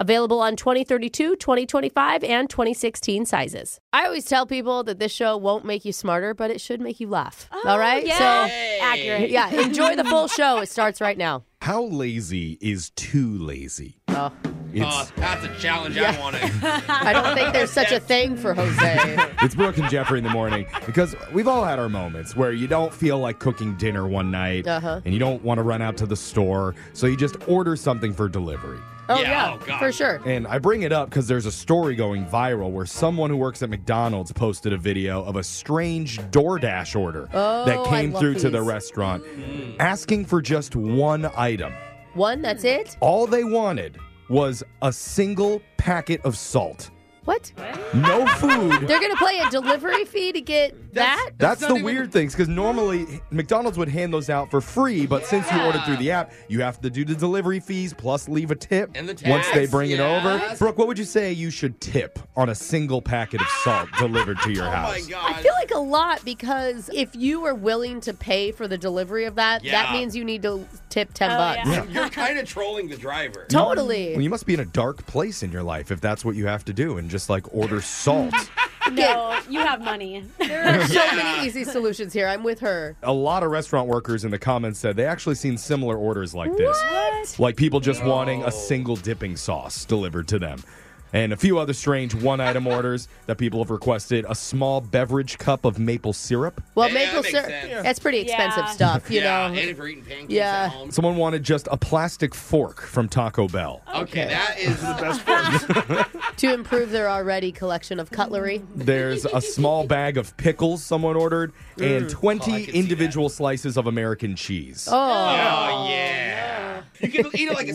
Available on 2032, 2025, and 2016 sizes. I always tell people that this show won't make you smarter, but it should make you laugh. Oh, All right? So Oh, accurate. Yeah, enjoy the full show. It starts right now. How lazy is too lazy? Oh. It's, Oh, that's a challenge I want to. I don't think there's such a thing for Jose. it's Brooke and Jeffrey in the morning because we've all had our moments where you don't feel like cooking dinner one night Uh-huh. and you don't want to run out to the store, so you just order something for delivery. Oh, Yeah, yeah, oh, God. for sure. And I bring it up because there's a story going viral where someone who works at McDonald's posted a video of a strange DoorDash order that Oh, I came love through to the these. Mm. restaurant asking for just one item. One, that's it? All they wanted was a single packet of salt. What? No food. They're going to play a delivery fee to get that? That's not the even- weird things because normally McDonald's would hand those out for free, but since you ordered through the app, you have to do the delivery fees plus leave a tip And the once they tax, bring it over. yes. Brooke, what would you say you should tip on a single packet of salt delivered to your Oh my house? god. I feel like a lot because if you are willing to pay for the delivery of that, that Yeah. means you need to tip 10 Oh, bucks. You're kind of trolling the driver. Totally. Well, you must be in a dark place in your life if that's what you have to do and just like order salt. No, you have money. So many easy solutions here. I'm with her. a lot of restaurant workers in the comments said they actually seen similar orders like this. Like people just wanting a single dipping sauce delivered to them. And a few other strange one item orders that people have requested a small beverage cup of maple syrup. Well, Yeah, maple that makes syrup, sense. that's pretty expensive Yeah. stuff, you yeah, know. and if you're eating pancakes Yeah. at home. Someone wanted just a plastic fork from Taco Bell. Okay, that is the best. to improve their already collection of cutlery. There's a small bag of pickles someone ordered and 20 Oh, I can see that. individual slices of American cheese. Oh, Oh yeah. You can eat it like a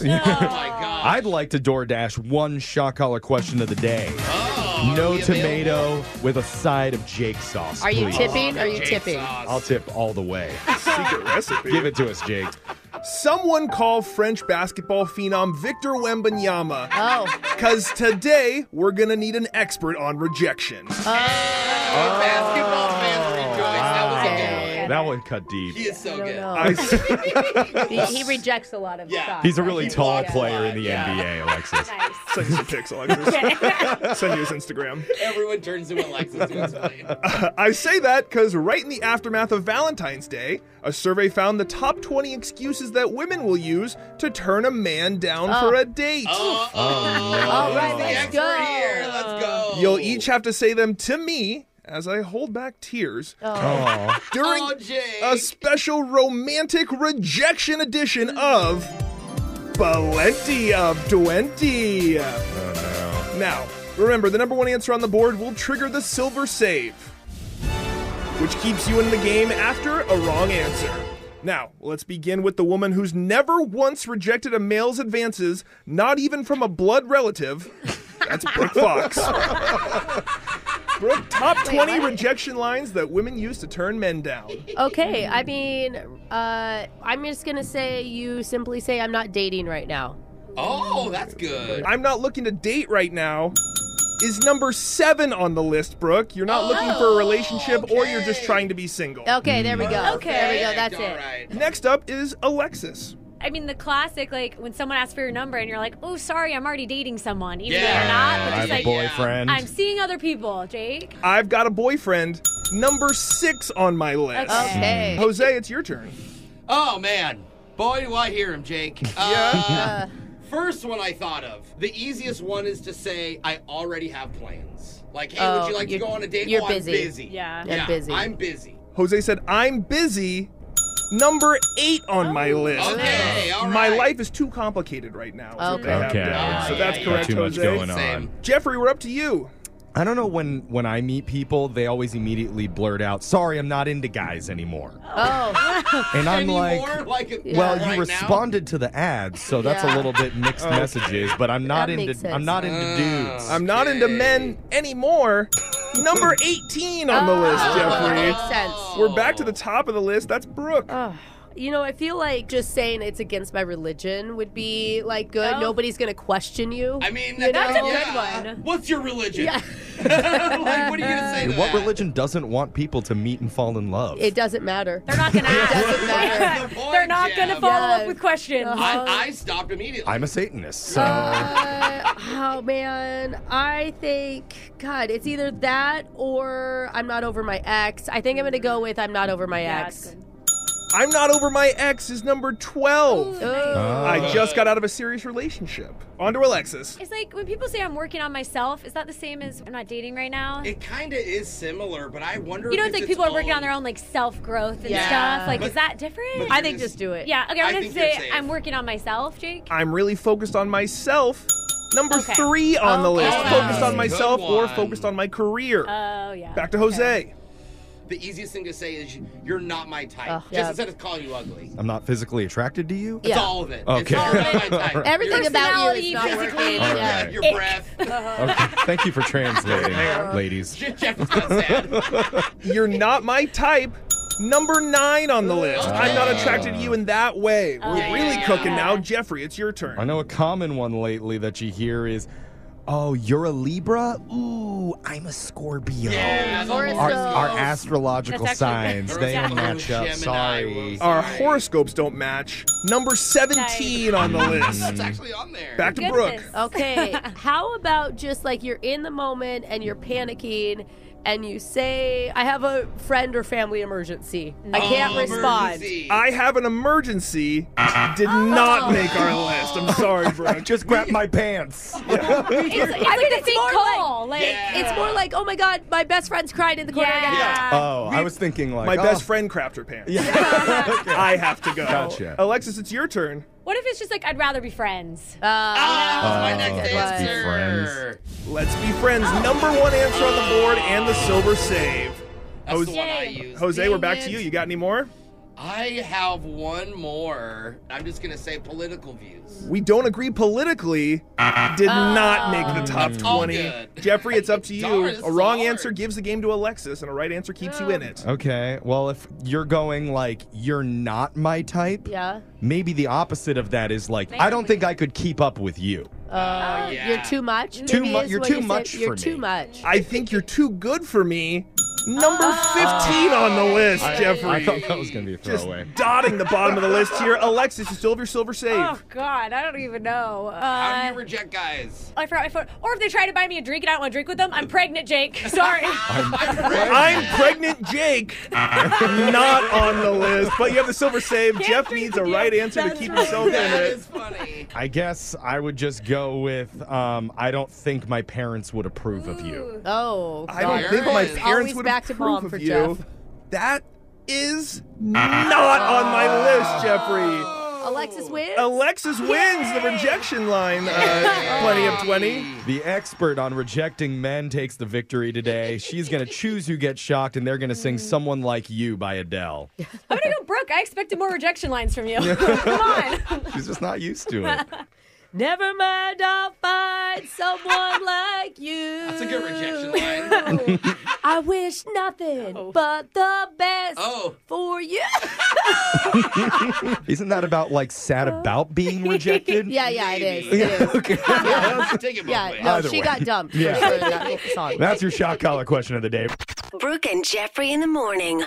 Oh my god. I'd like to DoorDash one shot collar question of the day. Oh, are no we tomato with a side of Jake sauce. are you please. tipping? Are available? you Jake tipping? sauce. I'll tip all the way. secret recipe. Give it to us, Jake. Someone call French basketball phenom Victor Wembanyama. Oh, Because today we're going to need an expert on rejection. Uh. Oh. Basketball fans rejoice. That was a good one. okay. That one cut deep. He is so good. I s- He, he rejects a lot of Yeah. stuff. He's a really tall blocked a player lot, in the yeah. NBA, Alexis. send you some pics, Alexis. send you his Instagram. Everyone turns to Alexis to explain. I say that because right in the aftermath of Valentine's Day, a survey found the top 20 excuses that women will use to turn a man down for a date. Oh, All right, the let's expert here. go. Let's go. You'll each have to say them to me as I hold back tears Oh, during Oh, Jake. a special romantic rejection edition of Plenty of 20. Now, remember, the number one answer on the board will trigger the silver save, which keeps you in the game after a wrong answer. Now, let's begin with the woman who's never once rejected a male's advances, not even from a blood relative. That's Brooke Fox. Brooke, top 20 rejection lines that women use to turn men down. Okay, I mean, uh, I'm just gonna say you simply say I'm not dating right now. Oh, that's good. I'm not looking to date right now is number seven on the list, Brooke. You're not looking for Oh, a relationship or you're just trying to be single. Okay, there we go. Okay. there we go. That's it. Alright. Next up is Alexis. I mean, the classic, like when someone asks for your number and you're like, oh, sorry, I'm already dating someone. Even though you're not, Yeah. but I just have a like, boyfriend. I'm seeing other people, Jake. I've got a boyfriend, number six on my list. Okay. Jose, it's your turn. Oh man, boy, do I hear him, Jake. Uh, first one I thought of. The easiest one is to say I already have plans. Like, hey, Oh, would you like to you're- go on a date? you're oh, busy. I'm busy. Yeah. I'm busy. I'm busy. Jose said, I'm busy, number eight on my list. Okay, all right. My life is too complicated right now. is what they have Okay. down. Ah, so yeah, that's yeah. correct, Too much Jose. going on. Same. Jeffrey, we're up to you. I don't know when when I meet people, they always immediately blurt out, "Sorry, I'm not into guys anymore." Oh, and I'm Anymore? like, Like, "Well, right you responded to the ads, so that's Yeah. a little bit mixed messages, but I'm not That into makes I'm sense. not into dudes." I'm not into men anymore, number 18 on the list, that Jeffrey. makes sense. We're back to the top of the list. That's Brooke. You know, I feel like just saying it's against my religion would be like good. Oh. Nobody's gonna question you. I mean, That's a yeah. good one. What's your religion? like, what are you gonna say? to what that? religion doesn't want people to meet and fall in love? it doesn't matter. They're not gonna ask. doesn't matter. The point, They're not gonna Jeff. follow Yeah. up with questions. I, I stopped immediately. I'm a Satanist, so Uh, oh man, I think God, it's either that or I'm not over my ex. I think I'm gonna go with I'm not over my Yeah, it's ex. good. I'm not over my ex is number 12. Oh. Ah. I just got out of a serious relationship. On to Alexis. It's like when people say I'm working on myself. Is that the same as I'm not dating right now? It kind of is similar, but I wonder. you know, if it's like its people are working own- on their own like self growth and Yeah. stuff. Like, But- is that different? but I think just do it. yeah. Okay, I I'm gonna think you're say safe. I'm working on myself, Jake. I'm really focused on myself. Number Okay. three on the Okay. list. Oh, Focused that's on a myself good or one. focused on my career. Oh yeah. Back to Jose. The easiest thing to say is you're not my type. Ugh, just yeah. instead of calling you ugly. I'm not physically attracted to you. It's Yeah. all of it. It's Okay. all about my type. Everything Your- about you personality, is not physically, working. All Yeah. right. Your It- breath. Okay, thank you for translating, ladies. Jeff is not sad. You're not my type. Number nine on the list. I'm not attracted to you in that way. We're Oh, yeah, really yeah. cooking now. Jeffrey, it's your turn. I know a common one lately that you hear is, "Oh, you're a Libra? Ooh, I'm a Scorpio." Yeah, the Or it's Our, horoscopes. a- our astrological That's actually- signs, Or they it's don't a match up. Gemini, Sorry. whoops. Our horoscopes don't match. Number 17 on the That's list. actually on there. Back to Goodness. Brooke. Okay, how about just like you're in the moment and you're panicking and you say, I have a friend or family emergency. I can't Oh, respond. emergency. I have an emergency. Did not make our list. I'm sorry, Brooke. Oh. Just grab my pants. It's, it's like a big more call. Like, Yeah. It's more like, oh my God, my best friend's crying in the corner. I gotta go." yeah. Oh, I was thinking like My best oh, friend crapped her pants. Yeah. I have to go. Gotcha. Alexis, it's your turn. What if it's just like I'd rather be friends? Uh, Ah, that was my Oh, next let's be answer. friends. Let's be friends. Number one answer on the board and the silver save. That's Jose- the one I use. Jose, we're back to you. You got any more? I have one more. I'm just gonna say political views. We don't agree politically. Did Oh. not make the top all 20. good. Jeffrey, it's up to you. Darn, this a is wrong hard. answer gives the game to Alexis, and a right answer keeps you in it. Okay, well, if you're going like you're not my type, Yeah. maybe the opposite of that is like I don't think I could keep up with you. Oh, yeah. Uh, You're too much. Too Maybe mu- is you're what too you said. much You're for too me. much. I think you're too good for me. Number Ah. 15 on the list, Jeffrey. I thought that was gonna be a Just throwaway. dotting the bottom of the list here. Alexis, you still have your silver save. Ah. Oh God, I don't even know. How do you Uh, reject guys? I forgot my phone. Or if they try to buy me a drink and I don't want to drink with them, I'm pregnant, Jake. Sorry. I'm pregnant, Jake. Not on the list, but you have the silver save. Jeff drink needs a with you. right answer to That's keep right. himself in That it. is funny. I guess I would just go with um, I don't think my parents would approve of you. oh, I don't There think my it is. parents Always would back to approve mom of for you. Jeff. That is not on my list, Jeffrey. Alexis wins. Alexis wins the rejection line. Uh, plenty of 20. The expert on rejecting men takes the victory today. She's going to choose who gets shocked, and they're going to Mm. sing Someone Like You by Adele. I'm gonna go Brooke. I expected more rejection lines from you. Come on. She's just not used to it. Never mind, I'll find someone like you. That's a good rejection line. I wish nothing but the best Oh. for you. Isn't that about like sad about being rejected? Yeah, yeah, it is. It is. Okay. Take it both Yeah, ways. no, Either she way. got dumped. for Yeah. sure in that song. That's your shock collar question of the day. Brooke and Jeffrey in the morning.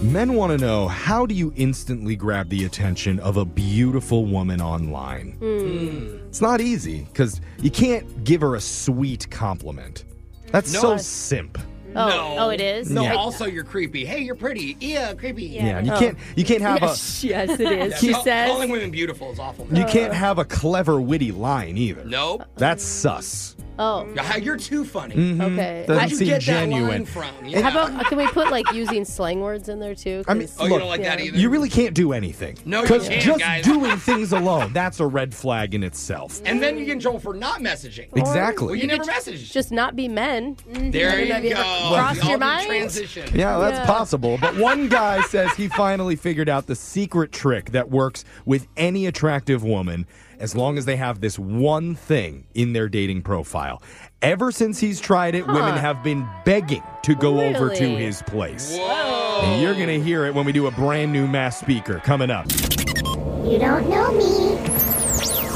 Men want to know how do you instantly grab the attention of a beautiful woman online? Hmm. It's not easy because you can't give her a sweet compliment. That's so simp. Oh, No. oh, it is. No, Yeah. also you're creepy. Hey, you're pretty. Yeah, creepy. Yeah, you can't you can't have a Yes, yes, it is. She She Calling says. women beautiful is awful. you can't have a clever witty line either. Nope. That's sus. Oh, Ah, You're too funny. okay. Doesn't I- You seem get that line genuine. from. how Yeah. about can we put like using slang words in there too? I mean, 'Cause- oh, you look, don't like that either. you really can't do anything. No, you because can't, just guys. doing things alone, that's a red flag in itself. and then you get in trouble for not messaging. Exactly. Well, you never messaged. just not be men. there I don't know, have you you go. ever crossed Y'all your do mind? Transition. Yeah, that's possible. But one guy says he finally figured out the secret trick that works with any attractive woman as long as they have this one thing in their dating profile. Ever since he's tried it, women have been begging to go over to Really? his place. Whoa. And you're going to hear it when we do a brand new mass speaker coming up. You don't know me.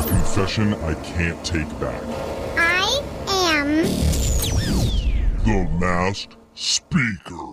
Confession I can't take back. I am. The masked speaker.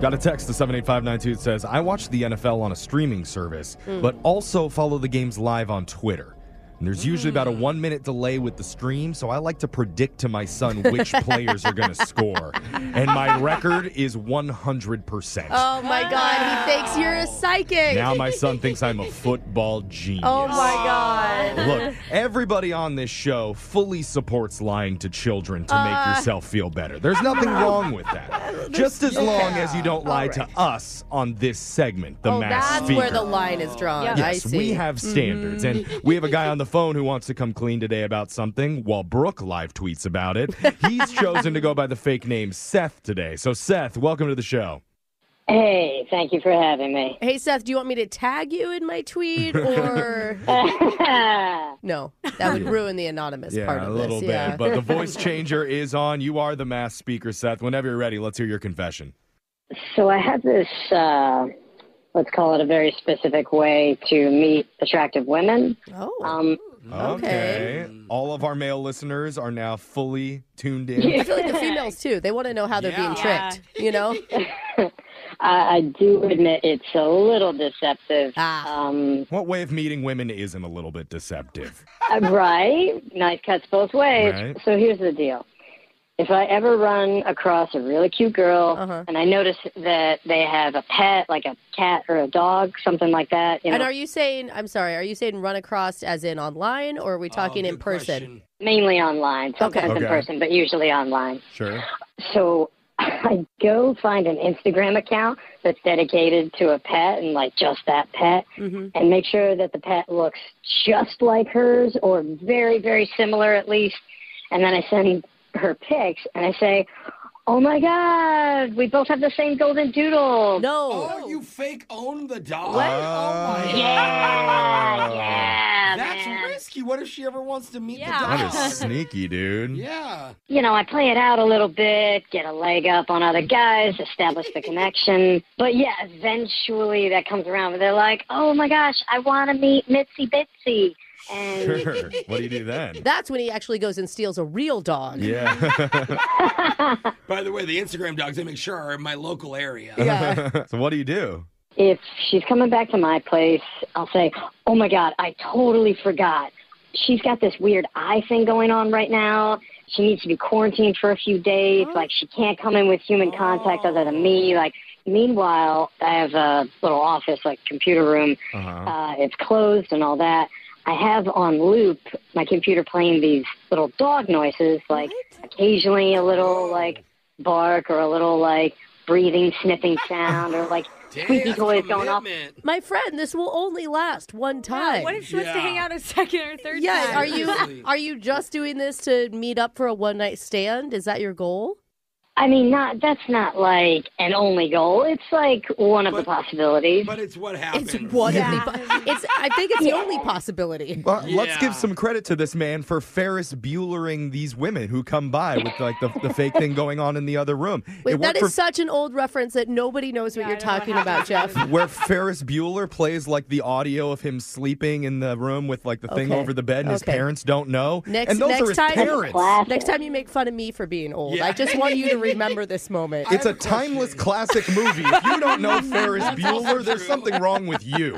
Got a text to 78592 that says, I watch the NFL on a streaming service, Hmm. but also follow the games live on Twitter. And there's usually about a Hmm. one minute delay with the stream, so I like to predict to my son which players are going to score. And my record is 100%. Oh my God, he thinks you're a psychic. Now my son thinks I'm a football genius. oh my God. Look, everybody on this show fully supports lying to children to Uh. make yourself feel better. There's nothing wrong with that. Just as long as you don't lie to us on this segment, the Oh, mass that's speaker. where the line is drawn. Yeah. I Yes, see. Mm-hmm. we have standards, and we have a guy on the phone who wants to come clean today about something. While Brooke live tweets about it, he's chosen to go by the fake name Seth today. So, Seth, welcome to the show. Hey, thank you for having me. hey Seth, do you want me to tag you in my tweet or no? That would ruin the anonymous part of a this. little bit, yeah. but the voice changer is on. You are the mass speaker, Seth. Whenever you're ready, let's hear your confession. so I had this, uh, let's call it a very specific way to meet attractive women. oh. Um, Okay. All of our male listeners are now fully tuned in. I feel like the females too. They want to know how they're being Yeah. tricked. You know? I, I do admit it's a little deceptive. Ah. Um, What way of meeting women isn't a little bit deceptive? uh, right? Knife cuts both ways. Right. So here's the deal. If I ever run across a really cute girl Uh-huh. and I notice that they have a pet, like a cat or a dog, something like that, you know, And are you saying? I'm sorry. Are you saying run across as in online, or are we talking in person? mainly online, sometimes Okay. in person, but usually online. Sure. So I go find an Instagram account that's dedicated to a pet and like just that pet and make sure that the pet looks just like hers or very, very similar at least. And then I send her pics and I say, Oh my God, we both have the same golden doodle. No. Oh, you fake own the dog. What? Oh my Yeah, yeah. That's man. risky. What if she ever wants to meet Yeah. the dog? That is sneaky, dude. yeah. you know, I play it out a little bit, get a leg up on other guys, establish the connection. But yeah, eventually that comes around where they're like, oh my gosh, I want to meet Mitzi Bitsy. And Sure. What do you do then? That's when he actually goes and steals a real dog. Yeah. By the way, the Instagram dogs I make sure are in my local area. Yeah. so what do you do? if she's coming back to my place, I'll say, oh my God, I totally forgot. She's got this weird eye thing going on right now. She needs to be quarantined for a few days. Like, she can't come in with human contact other than me. Like, meanwhile, I have a little office, like, computer room. Uh-huh. uh, it's closed and all that. I have on loop my computer playing these little dog noises, like occasionally a little like bark or a little like breathing, sniffing sound, or like squeaky toys going off. My friend, this will only last one time. what if she wants to hang out a second or third yeah, time? are you are you just doing this to meet up for a one night stand? Is that your goal? I mean, not that's not like an only goal. It's like one of the possibilities. But it's what happens. It's one of the. po- It's. I think it's the only possibility. But Let's give some credit to this man for Ferris Buellering these women who come by with like the, the fake thing going on in the other room. Wait, It that worked is for- such an old reference that nobody knows what you're talking about, Jeff. where Ferris Bueller plays like the audio of him sleeping in the room with like the thing Okay. over the bed, and his Okay. parents don't know. Next, and those next are his time, parents. next time you make fun of me for being old, Yeah. I just want you to remember this moment. It's a timeless classic movie. If you don't know Ferris Bueller, there's something wrong with you.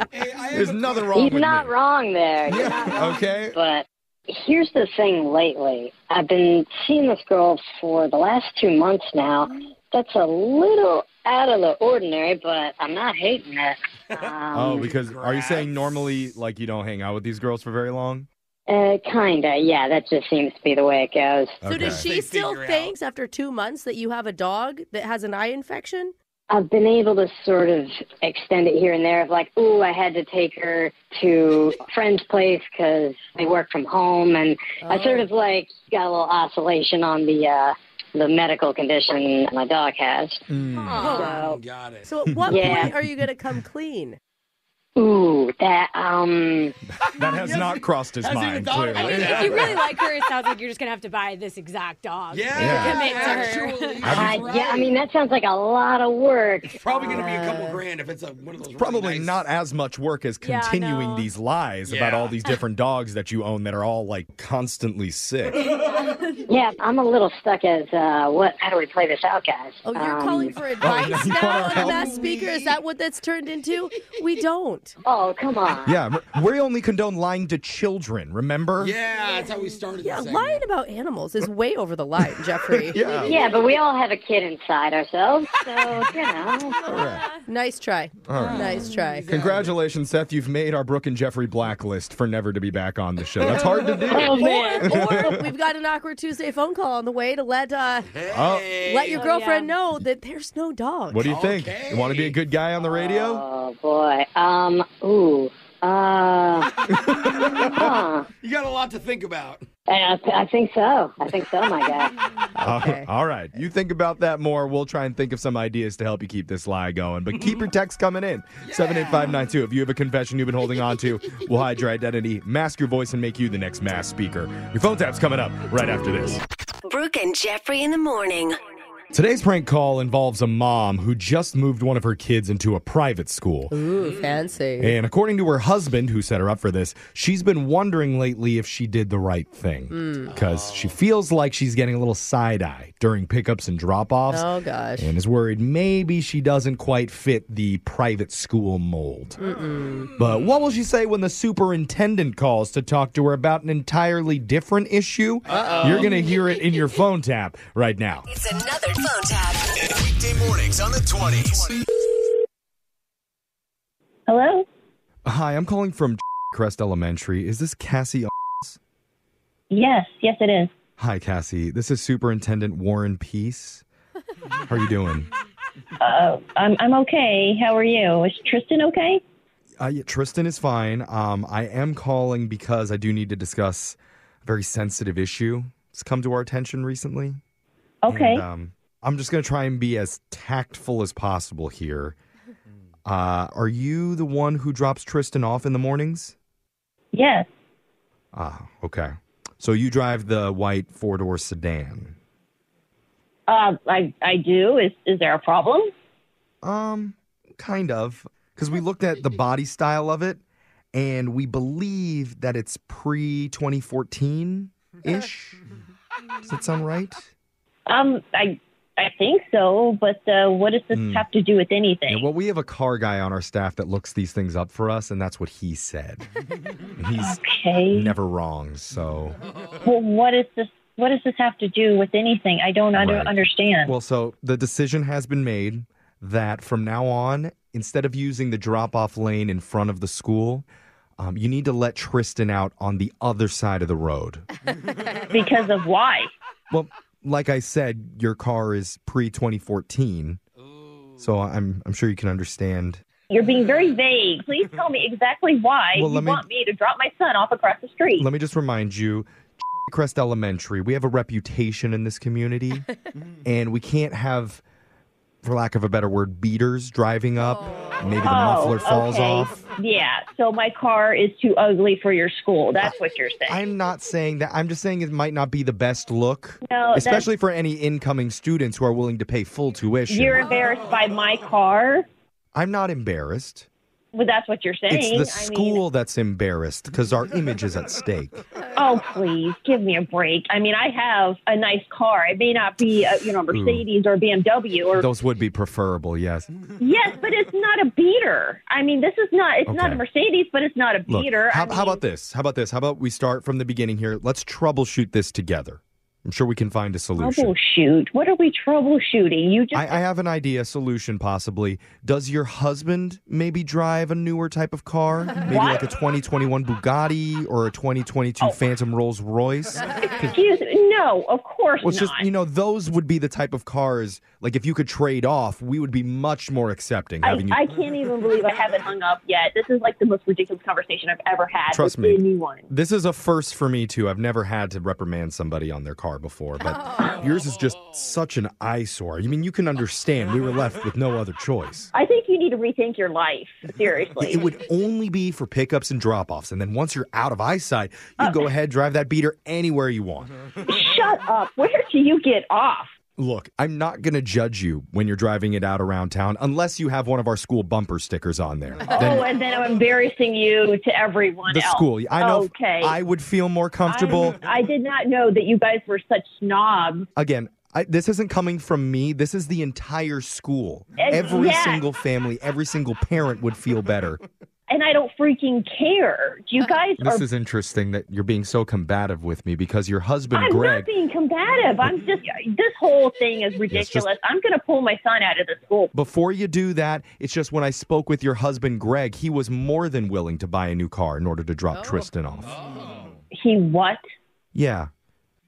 There's nothing wrong He's with not wrong there. You're not me. Okay. But here's the thing lately I've been seeing this girl for the last two months now. That's a little out of the ordinary, but I'm not hating it. Um, Oh, because are you saying normally like you don't hang out with these girls for very long? Uh, kinda, yeah. That just seems to be the way it goes. So does she still thinks after two months that you have a dog that has an eye infection? I've been able to sort of extend it here and there of like, ooh, I had to take her to a friend's place 'cause they work from home, and I sort of Oh. like got a little oscillation on the uh, the medical condition my dog has. Oh, got it. So at what Yeah. point are you going to come clean? Ooh, that um. Oh, That has not crossed his mind, clearly. I mean, if you really like her, it sounds like you're just gonna have to buy this exact dog. Yeah. To commit to her. I, Yeah, I mean that sounds like a lot of work. It's probably going to be a Uh, couple grand if it's a, one of those. Probably not as much work as Yeah, continuing no. these lies about Yeah. all these different dogs that you own that are all like constantly sick. yeah, I'm a little stuck as uh, what? How do we play this out, guys? Oh, you're Um, calling for now advice you now wanna on a help mass speaker? Is that what that's turned into? We don't. Oh, come on. Yeah, we only condone lying to children, remember? Yeah, that's how we started. Yeah, lying about animals is way over the line, Jeffrey. Yeah. Yeah, but we all have a kid inside ourselves, so you know. Nice try. All right. Nice try. Congratulations, Seth. You've made our Brooke and Jeffrey blacklist for never to be back on the show. That's hard to do. Oh, man. Or, or we've got an awkward Tuesday phone call on the way to let uh, let your Oh, girlfriend know that there's no dog. What do you think? You want to be a good guy on the radio? Oh boy. Um. Ooh. Uh. huh. You got a lot to think about. I, I think so. I think so, my guy. Uh, all right. You think about that more. We'll try and think of some ideas to help you keep this lie going. But keep your texts coming in. 78592. If you have a confession you've been holding on to, we'll hide your identity, mask your voice, and make you the next mass speaker. Your phone tap's coming up right after this. Brooke and Jeffrey in the morning. Today's prank call involves a mom who just moved one of her kids into a private school. Ooh, fancy. And according to her husband, who set her up for this, she's been wondering lately if she did the right thing. Mm. Because she feels like she's getting a little side eye during pickups and drop offs. Oh, gosh. And is worried maybe she doesn't quite fit the private school mold. Mm-mm. But what will she say when the superintendent calls to talk to her about an entirely different issue? Uh-oh. You're going to hear it in your phone tap right now. It's another phone tap. Weekday mornings on the 20s. Hello? Hi, I'm calling from Crest Elementary. Is this Cassie? Yes, yes, it is. Hi, Cassie. This is Superintendent Warren Peace. How are you doing? Uh, I'm, I'm okay. How are you? Is Tristan okay? Uh, yeah, Tristan is fine. Um, I am calling because I do need to discuss a very sensitive issue. It's come to our attention recently. Okay. And, um, I'm just going to try and be as tactful as possible here. Uh, are you the one who drops Tristan off in the mornings? Yes, Ah, okay. So you drive the white four door sedan. uh, I, I do. Is, is there a problem? Um, kind of, because we looked at the body style of it, and we believe that it's pre 2014 ish. Does that sound right? Um, I, I think so, but uh, what does this Hmm. have to do with anything? Yeah, well, we have a car guy on our staff that looks these things up for us, and that's what he said. And He's never wrong, so. Well, what is this? What does this have to do with anything? I don't under, Right. understand. Well, so the decision has been made that from now on, instead of using the drop off lane in front of the school, um, you need to let Tristan out on the other side of the road. because of why? Well, like I said, your car is pre 2014. So I'm I'm sure you can understand. You're being very vague. Please tell me exactly why Well, you let me- want me to drop my son off across the street. Let me just remind you, Crest Elementary, we have a reputation in this community, and we can't have, for lack of a better word, beaters driving up. Maybe the muffler falls Oh, okay. off. Yeah, so my car is too ugly for your school. That's what you're saying. I'm not saying that. I'm just saying it might not be the best look, No, that's- especially for any incoming students who are willing to pay full tuition. You're embarrassed by my car. I'm not embarrassed. Well, that's what you're saying. I It's the mean- school that's embarrassed because our image is at stake. Oh, please give me a break. I mean, I have a nice car. It may not be, a, you know, a Mercedes or a BMW or Those would be preferable, yes. yes, but it's not a beater. I mean, this is not. It's not Okay. a Mercedes, but it's not a Look, beater. how, I mean, how about this? How about this? How about we start from the beginning here? Let's troubleshoot this together. I'm sure we can find a solution. troubleshoot? What are we troubleshooting? You just I, I have an idea, solution possibly. Does your husband maybe drive a newer type of car? Maybe What? like a 2021 Bugatti or a 2022 Phantom Rolls Royce? excuse me. No, of course Well, it's not. just, you know, those would be the type of cars, like if you could trade off, we would be much more accepting I, having you. I can't even believe I haven't hung up yet. This is like the most ridiculous conversation I've ever had Trust with me. anyone. This is a first for me, too. I've never had to reprimand somebody on their car before, but Oh. yours is just such an eyesore. I mean, you can understand. We were left with no other choice. I think you need to rethink your life. Seriously. It would only be for pickups and drop offs. And then once you're out of eyesight, you go ahead, drive that beater anywhere you want. Mm-hmm. Shut up. Where do you get off? Look, I'm not going to judge you when you're driving it out around town unless you have one of our school bumper stickers on there. Then oh, and then I'm embarrassing you to everyone the else. school. I know Okay. I would feel more comfortable. I, I did not know that you guys were such snobs. Again, I, this isn't coming from me. This is the entire school. Ex- Every yes. single family, every single parent would feel better. And I don't freaking care. You guys This are. is interesting that you're being so combative with me because your husband, I'm Greg, not being combative. I'm just. This whole thing is ridiculous. just- I'm going to pull my son out of the school. Before you do that, it's just when I spoke with your husband, Greg, he was more than willing to buy a new car in order to drop Tristan off. He what? Yeah.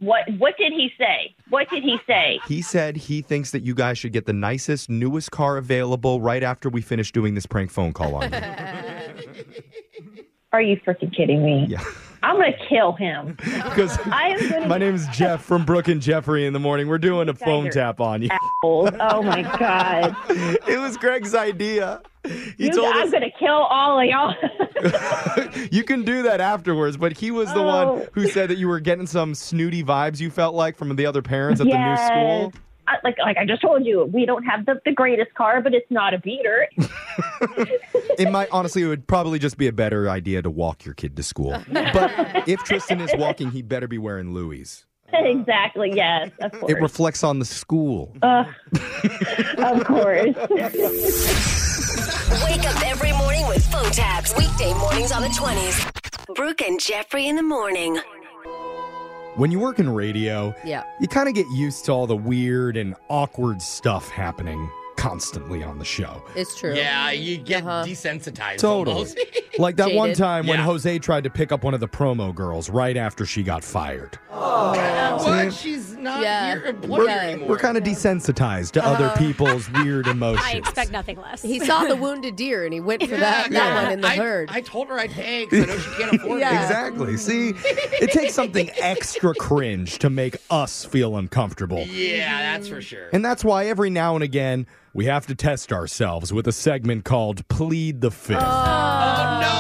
What? What did he say? What did he say? He said he thinks that you guys should get the nicest, newest car available right after we finish doing this prank phone call on you. Are you freaking kidding me? Yeah. I'm going to kill him. Because I am going to. My name is Jeff from Brooke and Jeffrey in the morning. We're doing a phone are tap on you. Oh my god! it was Greg's idea. He You- told I'm us going to kill all of y'all. you can do that afterwards, but he was the one Oh. who said that you were getting some snooty vibes you felt like from the other parents at the new school. I, like like I just told you, we don't have the, the greatest car, but it's not a beater. it might honestly it would probably just be a better idea to walk your kid to school but if tristan is walking he better be wearing louis exactly. Yes. Of course. Uh, it reflects on the school Ugh. of course. Wake up every morning with phone taps. Weekday mornings on the 20s. Brooke and Jeffrey in the morning. when you work in radio Yeah. you kind of get used to all the weird and awkward stuff happening constantly on the show It's true. Yeah, you get desensitized. Uh-huh. totally almost. like that one Jaded. time when Yeah. jose tried to pick up one of the promo girls right after she got fired Oh. What? She's not your employer anymore. we're kind of desensitized to Uh-huh. other people's weird emotions expect nothing less. He saw the wounded deer and he went for that, Yeah. that one in the I, herd. I told her I'd pay because I know she can't afford it. Exactly. See, it takes something extra cringe to make us feel uncomfortable. Yeah, that's for sure. And that's why every now and again, we have to test ourselves with a segment called Plead the Fifth. Oh.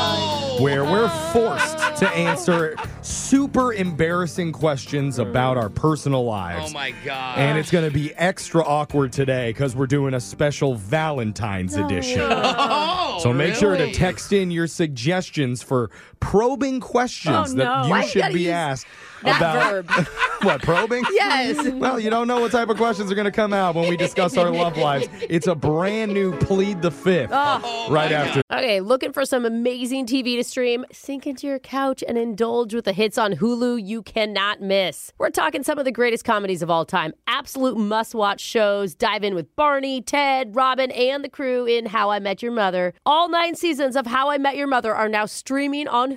Where we're forced to answer super embarrassing questions about our personal lives. Oh my god. And it's going to be extra awkward today because we're doing a special Valentine's edition. Oh, So make sure to really? text in your suggestions for probing questions Oh, that no. you Why you should gotta be use asked that about verb? what probing? Yes. Well, you don't know what type of questions are going to come out when we discuss our love lives. It's a brand new plead the fifth Oh. right after. Okay, looking for some amazing TV to stream? Sink into your couch and indulge with the hits on Hulu you cannot miss. We're talking some of the greatest comedies of all time, absolute must watch shows. Dive in with Barney, Ted, Robin, and the crew in How I Met Your Mother. All nine seasons of How I Met Your Mother are now streaming on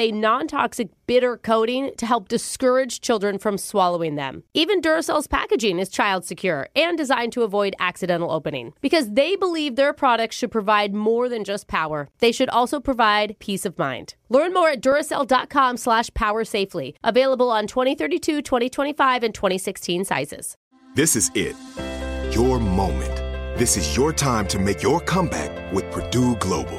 a non toxic bitter coating to help discourage children from swallowing them. Even Duracell's packaging is child secure and designed to avoid accidental opening because they believe their products should provide more than just power. They should also provide peace of mind. Learn more at Duracell.com slash power safely. Available on 2032, 2025, and 2016 sizes. This is it. Your moment. This is your time to make your comeback with Purdue Global.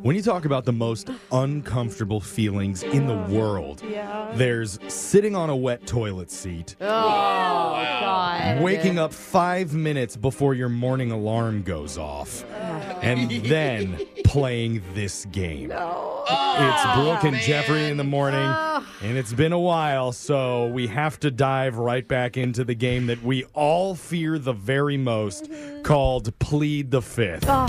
When you talk about the most uncomfortable feelings in the world, there's sitting on a wet toilet seat, Oh, God. waking up five minutes before your morning alarm goes off, and then playing this game. It's Brooke and Jeffrey in the morning, and it's been a while, so we have to dive right back into the game that we all fear the very most called Plead the Fifth. Oh,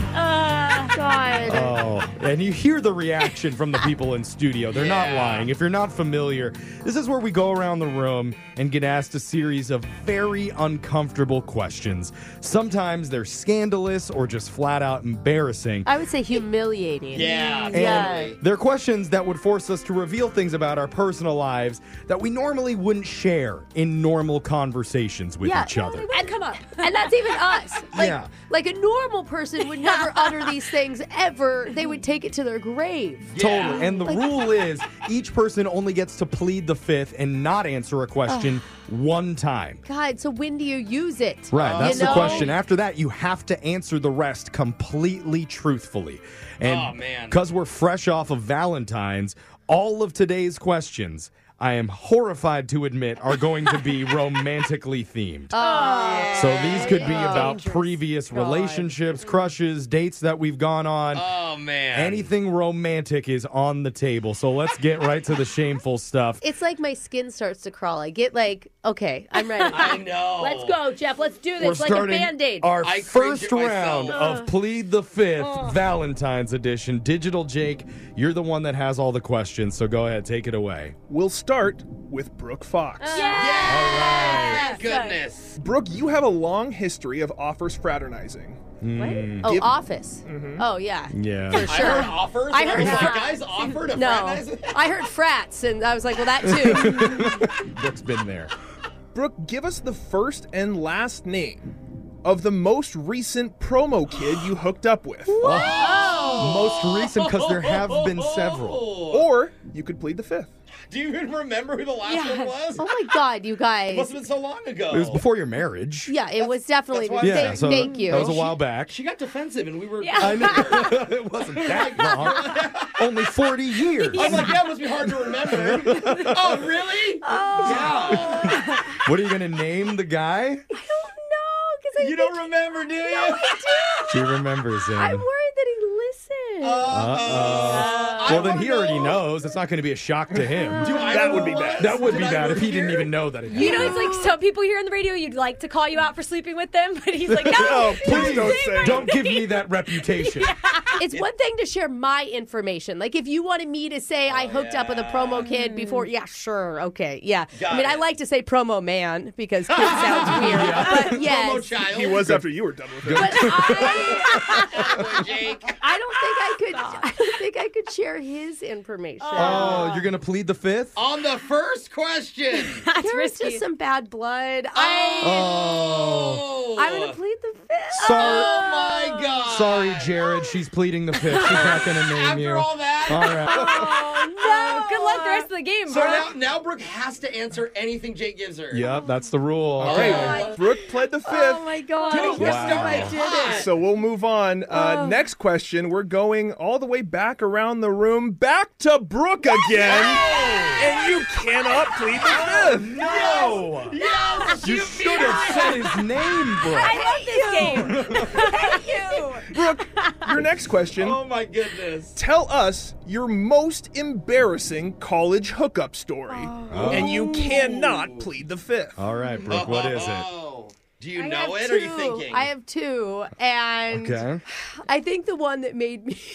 God. Oh, and you hear the reaction from the people in studio. They're not lying. If you're not familiar, this is where we go around the room and get asked a series of very uncomfortable questions. Sometimes they're scandalous or just flat out embarrassing. I would say humiliating. Mm, Yeah, And they're questions that would force us to reveal things about our personal lives that we normally wouldn't share in normal conversations with each other. And come up. And that's even us. Like, Yeah. like a normal person would never utter these things ever. They would take it to their grave. Totally. And the rule is each person only gets to plead the fifth and not answer a question one time. God, so when do you use it? Right, that's You the know? question. After that, you have to answer the rest completely truthfully. And Oh, man. because we're fresh off of Valentine's, all of today's questions, I am horrified to admit, are going to be romantically themed. Oh, So these could be about previous relationships, crushes, dates that we've gone on. Oh man. Anything romantic is on the table. So let's get right to the shameful stuff. It's like my skin starts to crawl. I get like, okay, I'm ready. I know. Let's go, Jeff. Let's do We're this like a Uh. starting band aid. our first round of Plead the Fifth Uh. Valentine's Edition. Digital Jake, you're the one that has all the questions, so go ahead, take it away. We'll start with Brooke Fox. Uh, Thank goodness. Brooke, you have a long history of offers fraternizing. Hmm. Mm. Oh, Give- office. Oh, yeah. Yeah. For sure. I heard offers. I and heard was like, frat. guys offered a No, fraternize- I heard frats, and I was like, well, that too. Brooke's been there. Brooke, give us the first and last name of the most recent promo kid you hooked up with. What? Oh, most recent because there have been several. Or you could plead the fifth. Do you even remember who the last one was? Oh my God, you It must guys. have been so long ago. It was before your marriage. Yeah, it was definitely. that's why- thank, Yeah, so thank you. That was a while back. She got defensive, and we were. Yeah. I it wasn't that long. Only 40 years. I'm like, yeah, it must be hard to remember. oh, really? Oh. Yeah. What are you going to name the guy? No, You don't remember, do you? She remembers him. I'm worried that he listened. Uh-oh. Uh, Well, then he already knows. It's not going to be a shock to him. that would be bad. That would be bad if he didn't even know that it happened. You know, it's like some people here on the radio, you'd like to call you out for sleeping with them, but he's like, no, Oh, don't please don't say say. my Don't give me that reputation. It's one thing to share my information. Like if you wanted me to say Oh, I hooked up with a promo kid before, yeah, sure, okay, yeah. I mean, I like to say promo man because kid sounds weird, but yes, child. He was after you were done with him. I don't think I could. I don't think I could share his information. Oh, you're going to plead the fifth? Uh, On the first question. That's there was just some bad blood. I Oh. I'm gonna plead Oh. the Oh. fifth. Sorry. My God. Oh. Sorry, Jared. She's pleading the fifth. She's not going to name After you. all that. All right. no. Oh, Good luck the rest of the game, So bro. now, now Brooke has to answer anything Jake gives her. Yep, that's the rule. All Okay, right. Brooke pled the fifth. Oh my god! Dude, we're Wow. starting hot. So we'll move on. Uh, Oh. Next question. We're going all the way back around the room, back to Brooke again. And you cannot plead the fifth. Oh, No! Yes, You should have said his name, I bro. love this game. Thank you. Brooke, your next question. Oh my goodness. Tell us your most embarrassing college hookup story. And you cannot plead the fifth. All right, Brooke, what is it? Oh. Do you I have know it? Or are you two. thinking? I have two, and Okay. I think the one that made me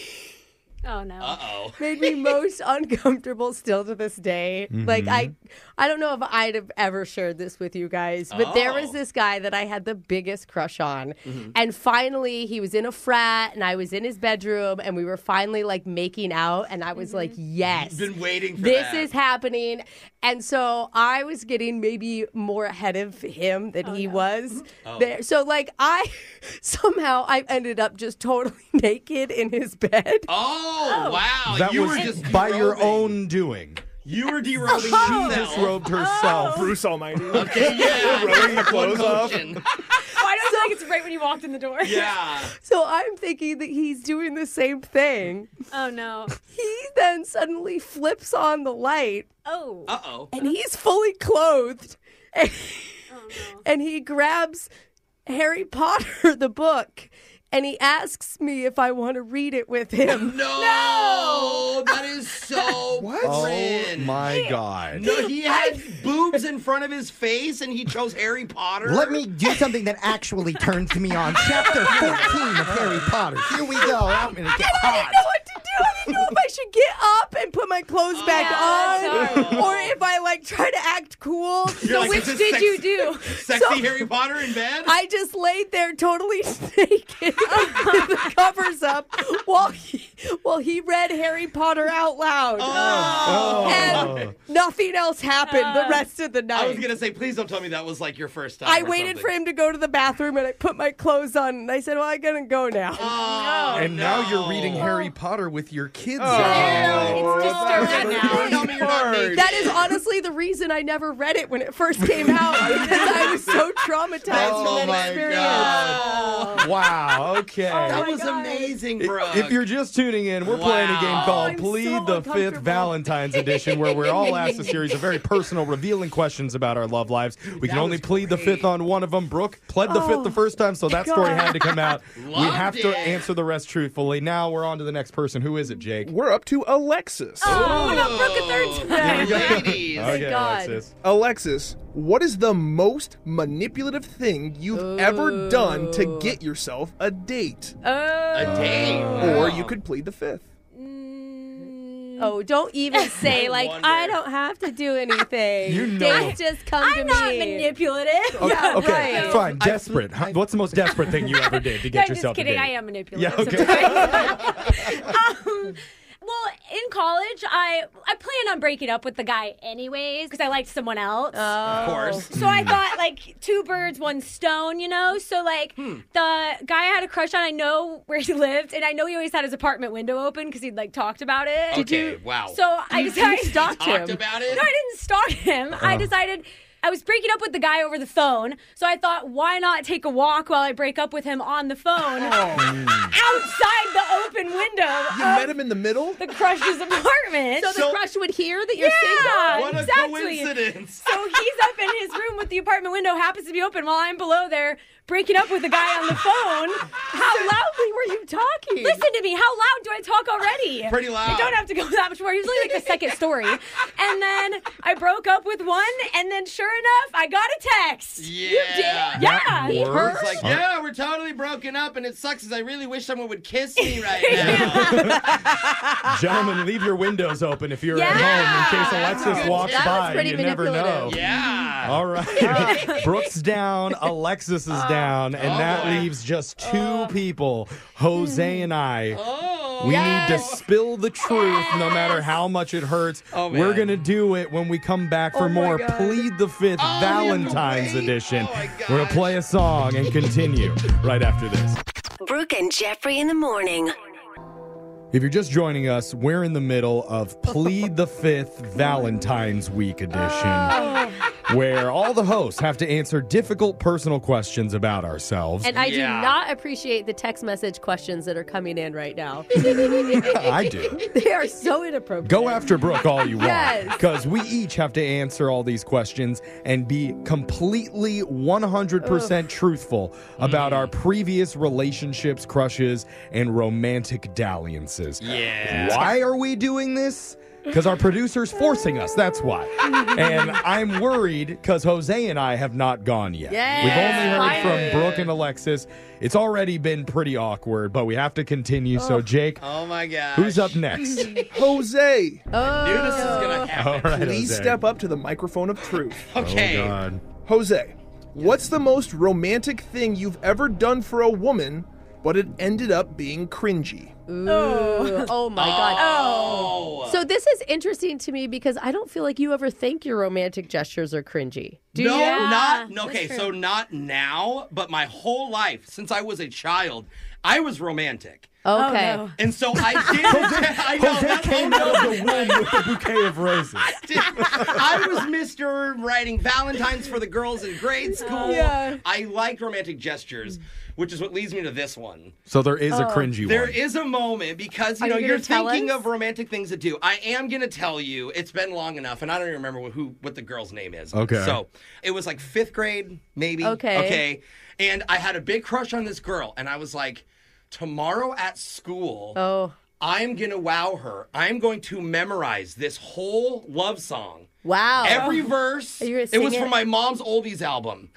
Oh, no. Oh. made me most uncomfortable still to this day. Like I I don't know if I'd have ever shared this with you guys, but there was Oh. Mm-hmm. this guy that I had the biggest crush on. Mm-hmm. And finally he was in a frat and I was in his bedroom and we were finally like making out and I was like, Mm-hmm. "Yes." Been waiting for this that. is happening. And so I was getting maybe more ahead of him than he was. Oh. There. So like I somehow I ended up just totally naked in his bed. Oh, wow. That you was were just by your derobing. own doing. You were derobing She yourself. disrobed Oh. herself. Bruce Almighty. Okay, yeah. Rubbing your clothes One off. motion. Why do I feel like it's right when you walked in the door? Yeah. So I'm thinking that he's doing the same thing. Oh, no. He then suddenly flips on the light Oh. Uh oh. and he's fully clothed. And, and he grabs Harry Potter, the book, and he asks me if I want to read it with him. No, that is so what? Oh my god. No, he had boobs in front of his face, and he chose Harry Potter. do something that actually turns me on. Oh, Chapter 14 of Harry Potter. Here we go. I'm gonna get I didn't know what to do. I didn't know if I should get up and put my clothes back that's on or if I like try to act cool. You're like, Which is this did sex- you do? Sexy So- Harry Potter in bed. I just laid there totally naked with the covers up while he, while he read Harry Potter out loud. And nothing else happened Uh. the rest of the Oh. I was night. gonna say, please don't tell me that was like your first time. I or waited something. for him to go to the bathroom and I put my clothes on and I said, Well, I'm going to go now. Oh, And now you're reading no. Harry Potter with your kids. It's disturbing now. Tell me you're not naked. That is honestly the reason I never read it when it first came out because I was so traumatized Oh from my that experience. god. Wow, okay. Uh, Oh That was amazing, bro. If you're just tuning in, we're playing a game Wow. called I'm Plead so the Fifth uncomfortable. Valentine's Edition, where we're all asked a series of very personal, revealing questions about our love lives. We can that only was plead the great. Oh, fifth on one of them. Brooke pled the fifth the first time, so that story had to come out. we Loved have to it. answer the rest truthfully. Now we're on to the next person. Who is it, Jake? We're up to Alexis. Oh, no, broke a third time. Ladies. Okay, God. Alexis. Alexis, what is the most manipulative thing you've ever done to get yourself a date? Oh. A date. Or Wow. you could plead the fifth. Oh, don't even say I like wonder. I don't have to do anything. You know. Dates just come I'm to not me. manipulative. Yeah, Okay, right. fine. Desperate. Huh? What's the most desperate thing you ever did to No, get I'm just yourself kidding. a date? I am manipulative. Yeah, okay. sometimes. um, well, Well, in college, I I planned on breaking up with the guy anyways because I liked someone else. Of course. So I thought like two birds, one stone, you know. So like Hmm. the guy I had a crush on, I know where he lived, and I know he always had his apartment window open because he'd like talked about it. Did Okay, you- wow. So I You- you decided stalked him. Talked about it? No, I didn't stalk him. I Uh-huh. Uh. decided. I was breaking up with the guy over the phone, so I thought, why not take a walk while I break up with him on the phone outside the open window? Oh. You of met him in the middle? the crush's apartment. So the crush would hear that you're yeah, single? What a exactly. coincidence. So he's up in his room with the apartment window happens to be open while I'm below there breaking up with a guy on the phone. How loudly were you talking? Listen to me. How loud do I talk already? Pretty loud. I don't have to go that much more. He was only like the second story. And then I broke up with one, and then sure enough, I got a text. You did? Yeah. He heard. It's like, yeah, we're totally broken up, and it sucks because I really wish someone would kiss me right now. Gentlemen, leave your windows open if you're uh, Yeah. at home in case That's Alexis good. walks That was by. pretty You never know. manipulative. Yeah. All right. Brooks down, Alexis is down, and oh that boy. leaves just two people, Jose and I. Oh. We need to spill the truth no matter how much it hurts. We're Oh, man. Oh, going to do it when we come back for more Plead the Fifth Valentine's Edition. Oh, We're going to play a song and continue right after this. Brooke and Jeffrey in the morning. If you're just joining us, we're in the middle of Plead the Fifth Valentine's Week edition, Oh. where all the hosts have to answer difficult personal questions about ourselves. And I do not appreciate the text message questions that are coming in right now. I do. They are so inappropriate. Go after Brooke all you want. Yes. Because we each have to answer all these questions and be completely 100% truthful about our previous relationships, crushes, and romantic dalliances. Yeah. Why are we doing this? Because our producer's forcing us. That's why. And I'm worried because Jose and I have not gone yet. Yes. We've only heard Finally. from Brooke and Alexis. It's already been pretty awkward, but we have to continue. So, Jake, Oh my god. who's up next? Jose. I knew this was gonna happen. All right, Please Jose. Oh, step up to the microphone of truth. Okay. Jose, what's the most romantic thing you've ever done for a woman, but it ended up being cringy? Ooh. Oh my god. Oh. So this is interesting to me because I don't feel like you ever think your romantic gestures are cringy. Do no, you? not no, okay. So not now, but my whole life since I was a child, I was romantic, Okay. and so I did. I know, that's- came out of the womb with a bouquet of roses. I was Mr. writing Valentine's for the girls in grade school. Yeah. I like romantic gestures, which is what leads me to this one. So there is a Oh. cringy There one. is a moment because you Oh. Are know you you are gonna tell thinking us? of romantic things to do. I am gonna tell you. It's been long enough, and I don't even remember who what the girl's name is. Okay. So it was like fifth grade, maybe. Okay. Okay. And I had a big crush on this girl, and I was like, tomorrow at school. Oh. I'm gonna wow her. I'm going to memorize this whole love song. Wow. Every verse. Are you gonna It was sing it? from my mom's oldies album.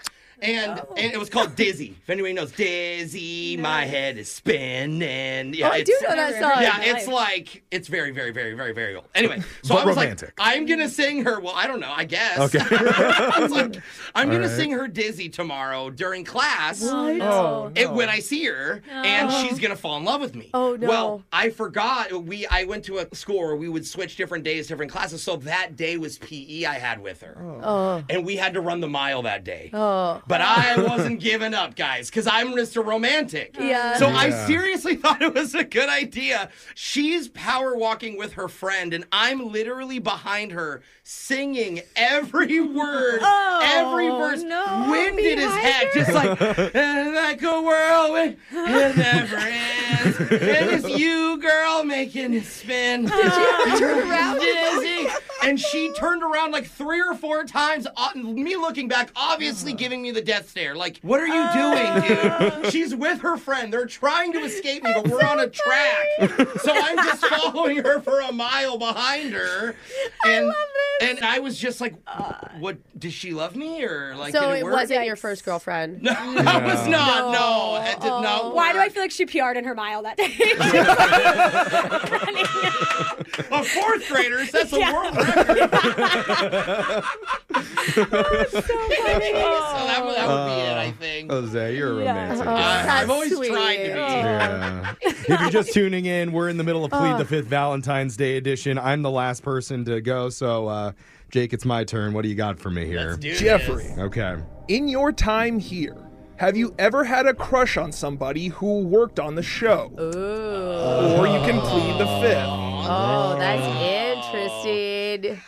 And, Oh. and it was called Dizzy. If anybody knows, Dizzy, my head is spinning. Yeah, Oh, I it's- do know that song. Yeah, it's like it's very, very, very, very, very old. Anyway, so But I was romantic. like, I'm gonna sing her. Well, I don't know. I guess. Okay. I was like, I'm gonna right. sing her Dizzy tomorrow during class. Oh, It, when I see her, and she's gonna fall in love with me. Oh, no. Well, I forgot. We I went to a school where we would switch different days, different classes. So that day was PE I had with her, Oh. and we had to run the mile that day. Oh. But I wasn't giving up, guys, because I'm Mr. Romantic. Yeah. So I Yeah. seriously thought it was a good idea. She's power walking with her friend, and I'm literally behind her singing every word, Oh, every verse, no. winded as heck, just like, "And like a whirlwind, it never ends. And it's you, girl, making it spin. Did you turn around? Dizzy. And she turned around like three or four times, uh, me looking back, obviously giving me the death stare. Like, what are you doing, dude? She's with her friend. They're trying to escape me, but we're on a track. So I'm just following her for a mile behind her. And, I love this. And I was just like, what, does she love me? Or like, so did it, it work? wasn't your first girlfriend. No, I was not. No, that did not work. Oh. Why do I feel like she PR'd in her mile that day? Of fourth graders, that's a Yeah. world record. Oh. So that would, that would be it, I think. Jose, you're a Oh. Yeah. romantic. Oh, guy. that's I've always sweet. tried to be. Yeah. if you're just tuning in, we're in the middle of Plead Oh. the Fifth Valentine's Day edition. I'm the last person to go, so uh, Jake, it's my turn. What do you got for me here? Jeffrey. Okay. In your time here, have you ever had a crush on somebody who worked on the show? Or you can plead the fifth. Oh, that's interesting.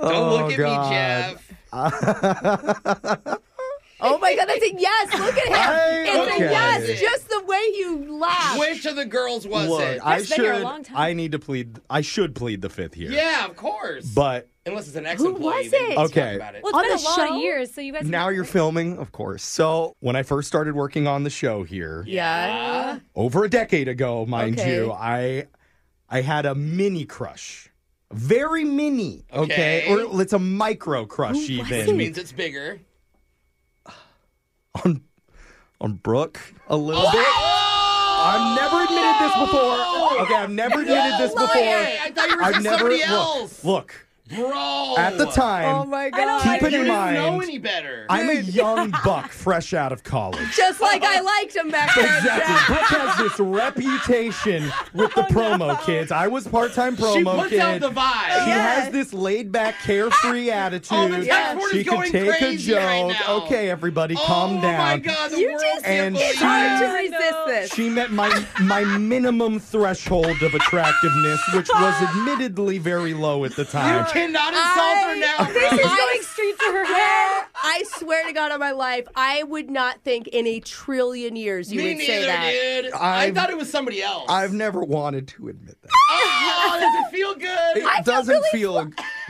Don't Oh, look at me, Jeff. Uh, Oh my God, that's a yes. Look at him. I- it's okay. a yes. Just the way you laugh. Which of the girls was Look, it? I should. I need to plead. I should plead the fifth here. Yeah, of course. But Unless it's an ex Who employee. was then it? you talk Okay. About it. Well, On it's been a the lot show? of years, so you guys. now you're filming, of course. So when I first started working on the show here, Yeah. over a decade ago, mind Okay. you, I I had a mini crush. Very mini, okay? Okay. Or it's a micro crush even. Which means it's bigger. on Brooke a little Oh! bit. I've never admitted this before. Okay, I've never admitted this No before. way. I thought you were I've just never somebody look, else. Look, Bro. at the Oh time, my I God. keep it didn't in know mind, any better. I'm a young buck fresh out of college. Just like I liked him back then. Exactly. Brooke has this reputation with Oh, the promo kids. I was part-time promo she puts kid. out the vibe. She has this laid back, carefree attitude. Oh, the text board She is can going take a crazy joke. right now. okay, everybody, oh calm down. my god, the You world just- can't And believe she- Hard it. to resist this. She met my my minimum threshold of attractiveness, which was admittedly very low at the You time. cannot insult her now. this is bro. going Street to her Where I swear to God on my life, I would not think in a trillion years you Me would say neither, that. dude. I I've- thought it was somebody else. I've never wanted to admit that. Oh, does it feel good? It doesn't feel.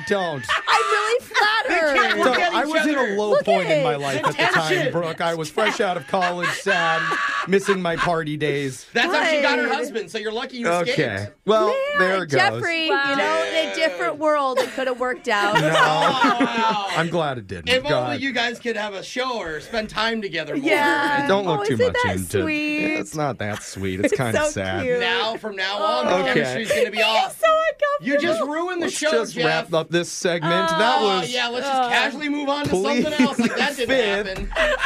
Don't. I'm really flattered. Look Don't. at I each was in other. a low Look point at in my it. life at the Attention. time, Brooke. I was fresh out of college, sad, missing my party days. That's how she got her Good. husband. So you're lucky you Okay. escaped. Well, Man, there it goes. Jeffrey, you know, in a different world, it could have worked out. No. Wow. Oh. I'm glad it didn't. if only God. you guys could have a show or spend time together more. Yeah. Don't Oh, look too isn't much that into sweet? Yeah, it's not that sweet. It's, It's kind of so sad. cute. Now, from now on, the Okay. chemistry's going to be I'm off. so uncomfortable. You just ruined the Let's show, just Jeff. wrap up this segment. that Oh, was yeah, let's just casually move on to please something else. Like that didn't fifth. happen.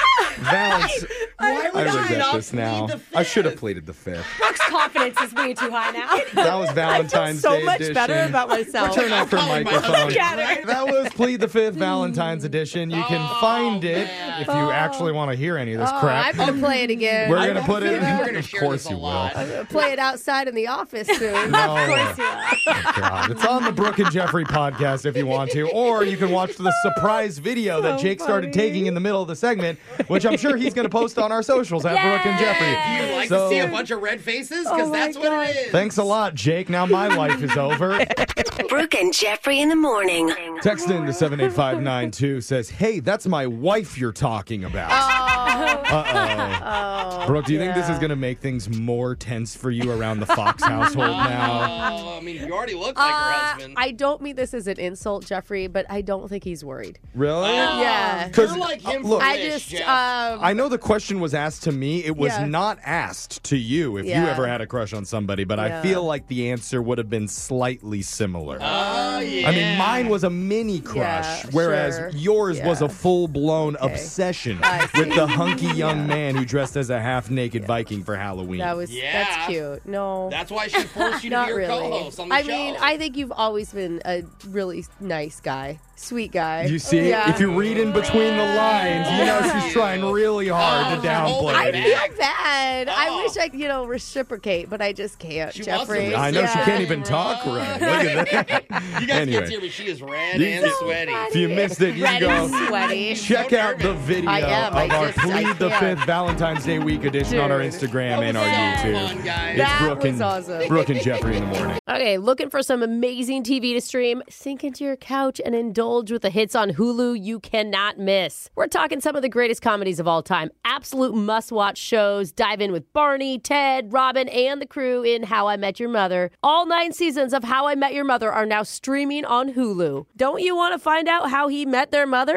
Valent's. Why I would I regret not this plead now. the I should have fifth? pleaded the fifth. Brooke's confidence is way too high now. That was Valentine's so Day much edition. better about myself. Turn off her Calling my microphone. husband, right? That was Plead the Fifth Valentine's edition. You can Oh, find it man. Oh. if you actually want to hear any of this Oh, crap. I'm gonna play it again. We're I gonna don't put feel it- like We're going to Of share course this a you will. lot. I'm gonna play it outside in the office soon. No. God. It's on the Brooke and Jeffrey podcast if you want to, or you can watch the surprise video that Jake started taking in the middle of the segment, which I'm sure he's going to post on our socials at Brooke and Do Jeffrey. you like So- to see a bunch of red faces? Because Oh, my that's what it is. Thanks a lot, Jake. Now my life is over. Brooke and Jeffrey in the morning. Text in to 78592 says, Hey, that's my wife you're talking about. Oh. Uh oh. Brooke, do you think this is going to make things more tense for you around the Fox household Uh, now? Oh, I mean, you already look like her husband. I don't mean this as an insult, Jeffrey, but I don't think he's worried. Really? Oh, uh, yeah. You're 'Cause, like him uh, look- from I Wish, just, Jeff. um, I know the question was asked to me. It was Yeah. not asked to you if you Yeah. ever had a crush on somebody, but I Yeah. feel like the answer would have been slightly similar. Uh, Oh, yeah. I mean, mine was a mini crush, Yeah, whereas sure. yours was Yeah. a full blown obsession I see. with the hunky young man who dressed as a half naked Viking for Halloween. That was Yeah. that's cute. No. That's why she forced you to not be your really. co-host on the I show. mean, I think you've always been a really nice guy, sweet guy. you see, Yeah. if you read in between the lines, you know she's trying really hard Oh, to hold downplay it I it. feel bad. Oh. I wish I, could, you know, reciprocate, but I just can't. She wants to Jeffrey, I know she Yeah. can't even talk right. Look at that. you guys Anyway. can't see her, but she is red You- and sweaty. If you missed it, you can Red go and sweaty. check So out the nervous. video I am. of I our just- I Plead the can't. Fifth Valentine's Day week edition on our Dude. Instagram That and was our so YouTube. fun, guys. It's That Brooke was and awesome. Brooke and Jeffrey in the morning. Okay, looking for some amazing TV to stream? Sink into your couch and indulge with the hits on Hulu you cannot miss. We're talking some of the greatest comedies of all time, absolute must watch shows. Dive in with Barney, Ted, Robin, and the crew in How I Met Your Mother. All nine seasons of How I Met Your Mother are now streaming on Hulu. Don't you want to find out how he met their mother?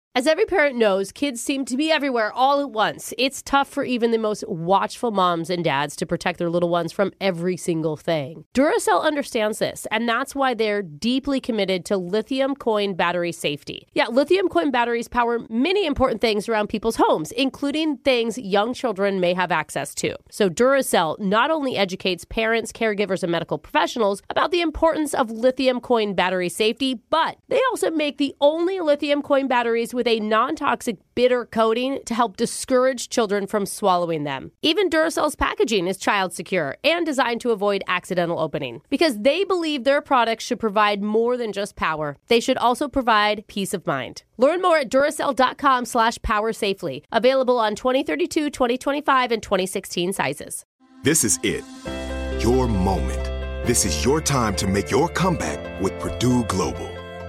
As every parent knows, kids seem to be everywhere all at once. It's tough for even the most watchful moms and dads to protect their little ones from every single thing. Duracell understands this, and that's why they're deeply committed to lithium coin battery safety. Yeah, lithium coin batteries power many important things around people's homes, including things young children may have access to. So Duracell not only educates parents, caregivers, and medical professionals about the importance of lithium coin battery safety, but they also make the only lithium coin batteries with a non toxic bitter coating to help discourage children from swallowing them. Even Duracell's packaging is child secure and designed to avoid accidental opening because they believe their products should provide more than just power. They should also provide peace of mind. Learn more at Duracell.com slash power safely. Available on 2032, 2025, and 2016 sizes. This is it. Your moment. This is your time to make your comeback with Purdue Global.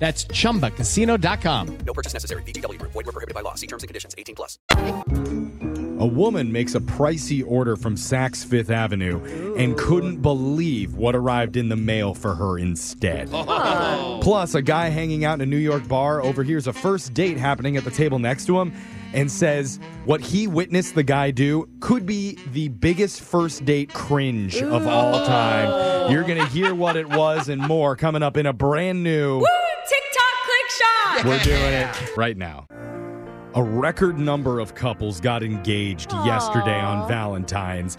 That's ChumbaCasino.com. No purchase necessary. VGW Group. Void were prohibited by law. See terms and conditions. 18 plus. A woman makes a pricey order from Saks Fifth Avenue and couldn't believe what arrived in the mail for her instead. Plus, a guy hanging out in a New York bar overhears a first date happening at the table next to him and says what he witnessed the guy do could be the biggest first date cringe of all time. You're going to hear what it was and more coming up in a brand new. TikTok click shot. We're doing it right now. A record number of couples got engaged yesterday on Valentine's.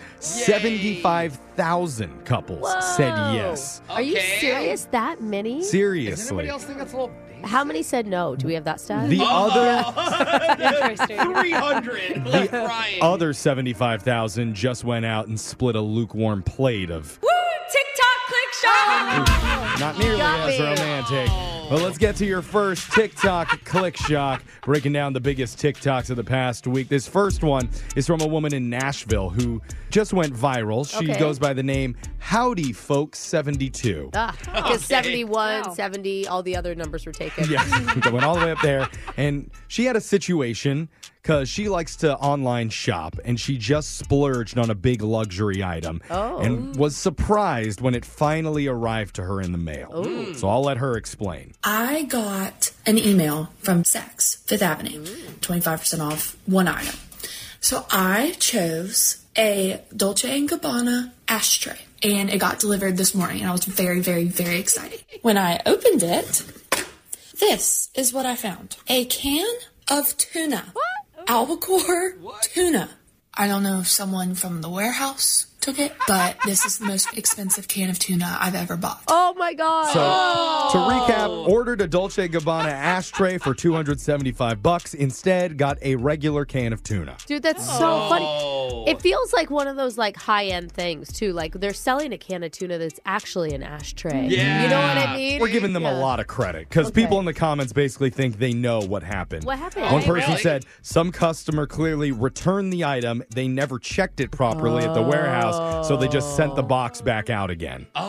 75,000 couples said yes. Are you serious? That many? Seriously. think that's a little How many said no? Do we have that stat? The other Oh. Three hundred. The other 75,000 just went out and split a lukewarm plate of Woo! TikTok click shot. not nearly Got as me. romantic. Well, let's get to your first TikTok click shock, breaking down the biggest TikToks of the past week. This first one is from a woman in Nashville who just went viral. She Okay. goes by the name Howdy Folks 72. Ah, because 71, 70, all the other numbers were taken. Yes, that went all the way up there. And she had a situation because she likes to online shop and she just splurged on a big luxury item Oh. and was surprised when it finally arrived to her in the mail. Ooh. So I'll let her explain. I got an email from Saks, Fifth Avenue, 25% off one item. So I chose a Dolce & Gabbana ashtray and it got delivered this morning and I was very, very, very excited. When I opened it, this is what I found. A can of tuna. What? Albacore tuna. I don't know if someone from the warehouse took it, but this is the most expensive can of tuna I've ever bought. Oh my god. So to recap, ordered a Dolce Gabbana ashtray for 275 bucks. Instead, got a regular can of tuna. Dude, that's Oh. so funny. It feels like one of those like high end things too. Like they're selling a can of tuna that's actually an ashtray. You know what I mean? We're giving them a lot of credit because people in the comments basically think they know what happened. What happened? One person Really? said some customer clearly returned the item. They never checked it properly at the warehouse, so they just sent the box back out again. Oh,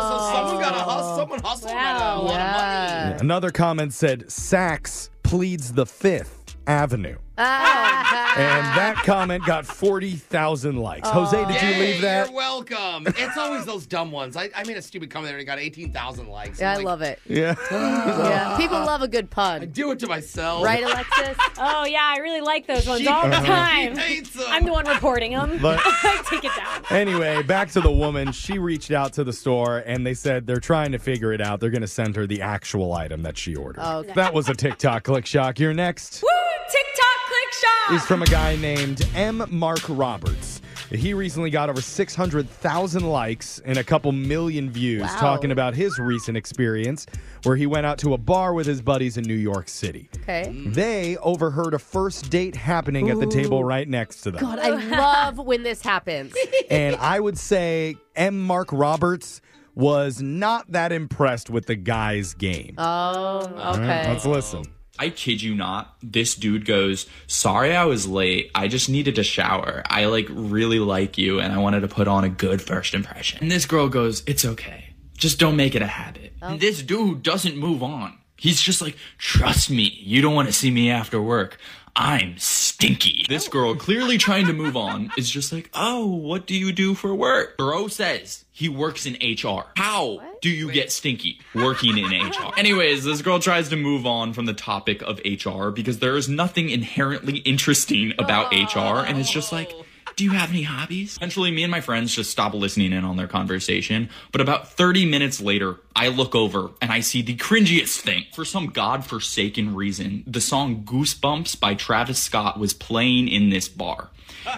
so someone got to hustle. Someone hustled wow. a lot Another comment said Saks pleads the Fifth Avenue. Uh, And that comment got 40,000 likes. Jose, did you Oh. Yay, leave that? You're welcome. It's always those dumb ones. I, I made a stupid comment there and it got 18,000 likes. Yeah, I I'm like, love it. Yeah. Yeah. People love a good pun. I do it to myself. Right, Alexis? oh yeah, I really like those ones all the Uh-huh. time. She hates 'em. I'm the one reporting them. But- I take it down. Anyway, back to the woman. She reached out to the store and they said they're trying to figure it out. They're going to send her the actual item that she ordered. Okay. That was a TikTok click shock. Your next Woo! TikTok click shot. is from a guy named M. Mark Roberts. He recently got over 600,000 likes and a couple million views Wow. talking about his recent experience where he went out to a bar with his buddies in New York City. Okay. Mm. They overheard a first date happening at the Ooh. table right next to them. God, I love when this happens. and I would say M. Mark Roberts was not that impressed with the guy's game. Oh, All right, okay. let's listen. I kid you not, this dude goes, Sorry I was late. I just needed to shower. I like really like you and I wanted to put on a good first impression. And this girl goes, It's okay. Just don't make it a habit. And this dude doesn't move on. He's just like, Trust me. You don't want to see me after work. I'm stinky. This girl, clearly trying to move on, is just like, Oh, what do you do for work? Bro says he works in HR. How do you get stinky working in HR? Anyways, this girl tries to move on from the topic of HR because there is nothing inherently interesting about HR, and it's just like, do you have any hobbies? Eventually, me and my friends just stop listening in on their conversation. But about 30 minutes later, I look over and I see the cringiest thing. For some godforsaken reason, the song Goosebumps by Travis Scott was playing in this bar.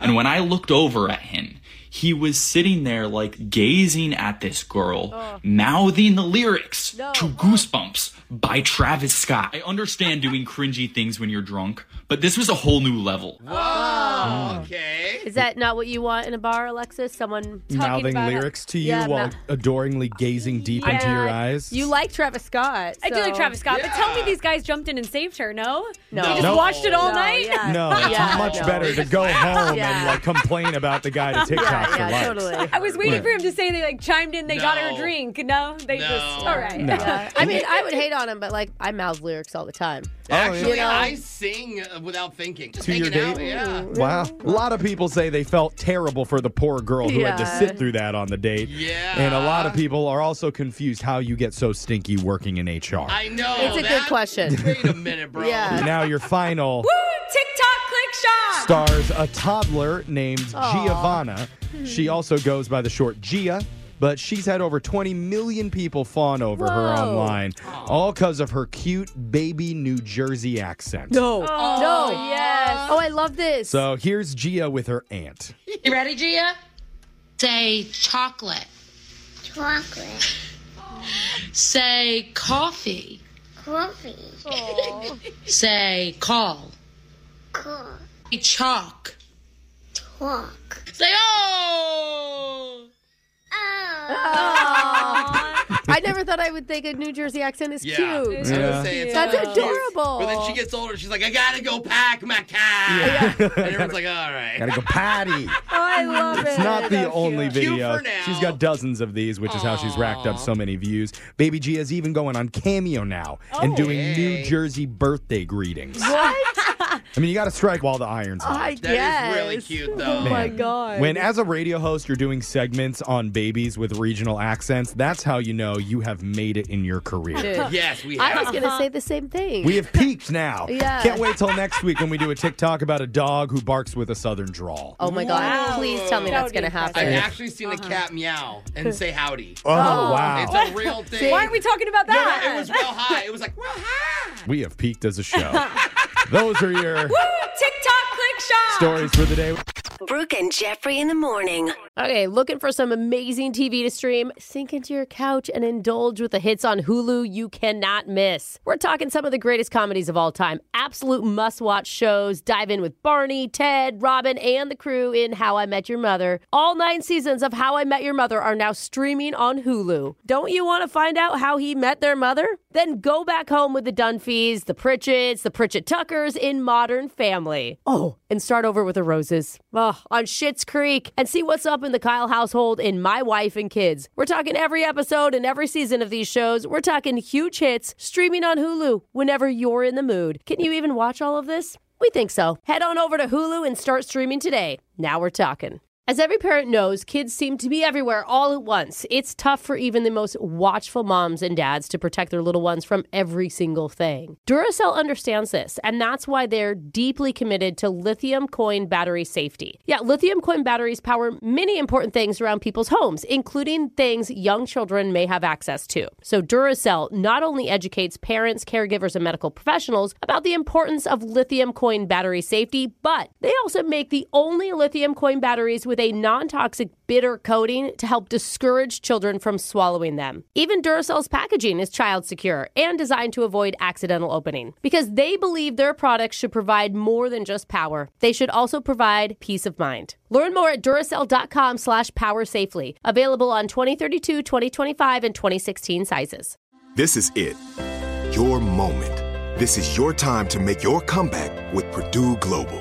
And when I looked over at him, he was sitting there like gazing at this girl, mouthing the lyrics to Goosebumps by Travis Scott. I understand doing cringy things when you're drunk, but this was a whole new level. Mm. Oh, okay. Is that not what you want in a bar, Alexis? Someone talking Mouthing about lyrics to you Yeah, while mou- adoringly gazing deep into Yeah, your eyes. You like Travis Scott. I do so- like Travis Scott, but tell me these guys jumped in and saved her, no? No. They just No. watched it all No, night? yeah. No, it's Yeah, much no. better to go home Yeah. and like complain about the guy to TikTok for likes. I was waiting Yeah. for him to say they like chimed in, they got her a No. drink. No, they just all right. No. Yeah. I mean, I would hate on him, but like I mouth lyrics all the time. Actually, Oh, You know? I sing uh, without thinking. Just To your hanging out. date? Yeah. Wow. A lot of people say they felt terrible for the poor girl who had to Yeah. sit through that on the date. Yeah. And a lot of people are also confused how you get so stinky working in HR. I know. It's a good that- question. Wait a minute, bro. Yeah. Now your final TikTok click shot. stars a toddler named Aw. Giovanna. She Hmm. also goes by the short Gia, but she's had over 20 million people fawn over her Whoa. online, all because of her cute baby New Jersey accent. No. Oh, no. Yes. Oh, I love this. So here's Gia with her aunt. You ready, Gia? Say chocolate. Chocolate. Say coffee. Coffee. Say call. Cool. Say chalk. Cool. Say oh. Oh. I never thought I would think a New Jersey accent is Yeah. cute. I was gonna say, it's That's cute. adorable. But then she gets older. She's like, I gotta go pack my car. And everyone's like, all right. Gotta go patty. Oh, I love It's not the only video. She's got dozens of these, which is how she's racked up so many views. Baby G is even going on Cameo now Oh. and doing New Jersey birthday greetings. I mean, you got to strike while the iron's hot. I That guess. is really cute, though. Oh my Man, god. When, as a radio host, you're doing segments on babies with regional accents, that's how you know you have made it in your career. Dude. I was gonna say the same thing. We have peaked now. Yeah. Can't wait till next week when we do a TikTok about a dog who barks with a southern drawl. Oh my god! Please tell me That that's would be gonna happen. I've actually seen the Uh-huh. cat meow and say howdy. Oh, wow. It's a real thing. Why aren't we talking about No, no, that? it was well high. It was like, well We have peaked as a show. Those are your Woo! TikTok click shot. stories for the day. Brooke and Jeffrey in the morning. Okay, looking for some amazing TV to stream? Sink into your couch and indulge with the hits on Hulu you cannot miss. We're talking some of the greatest comedies of all time, absolute must watch shows. Dive in with Barney, Ted, Robin, and the crew in How I Met Your Mother. All nine seasons of How I Met Your Mother are now streaming on Hulu. Don't you want to find out how he met their mother? Then go back home with the Dunphys, the Pritchett's, the Pritchett Tuckers in Modern Family. Oh, and start over with the Roses. Ugh, on Schitt's Creek and see what's up in the Kyle household in My Wife and Kids. We're talking every episode and every season of these shows. We're talking huge hits streaming on Hulu whenever you're in the mood. Can you even watch all of this? We think so. Head on over to Hulu and start streaming today. Now we're talking. As every parent knows, kids seem to be everywhere all at once. It's tough for even the most watchful moms and dads to protect their little ones from every single thing. Duracell understands this, and that's why they're deeply committed to lithium coin battery safety. Yeah, lithium coin batteries power many important things around people's homes, including things young children may have access to. So Duracell not only educates parents, caregivers, and medical professionals about the importance of lithium coin battery safety, but they also make the only lithium coin batteries with a non toxic bitter coating to help discourage children from swallowing them. Even Duracell's packaging is child secure and designed to avoid accidental opening because they believe their products should provide more than just power. They should also provide peace of mind. Learn more at Duracell.com slash power safely. Available on 2032, 2025, and 2016 sizes. This is it. Your moment. This is your time to make your comeback with Purdue Global.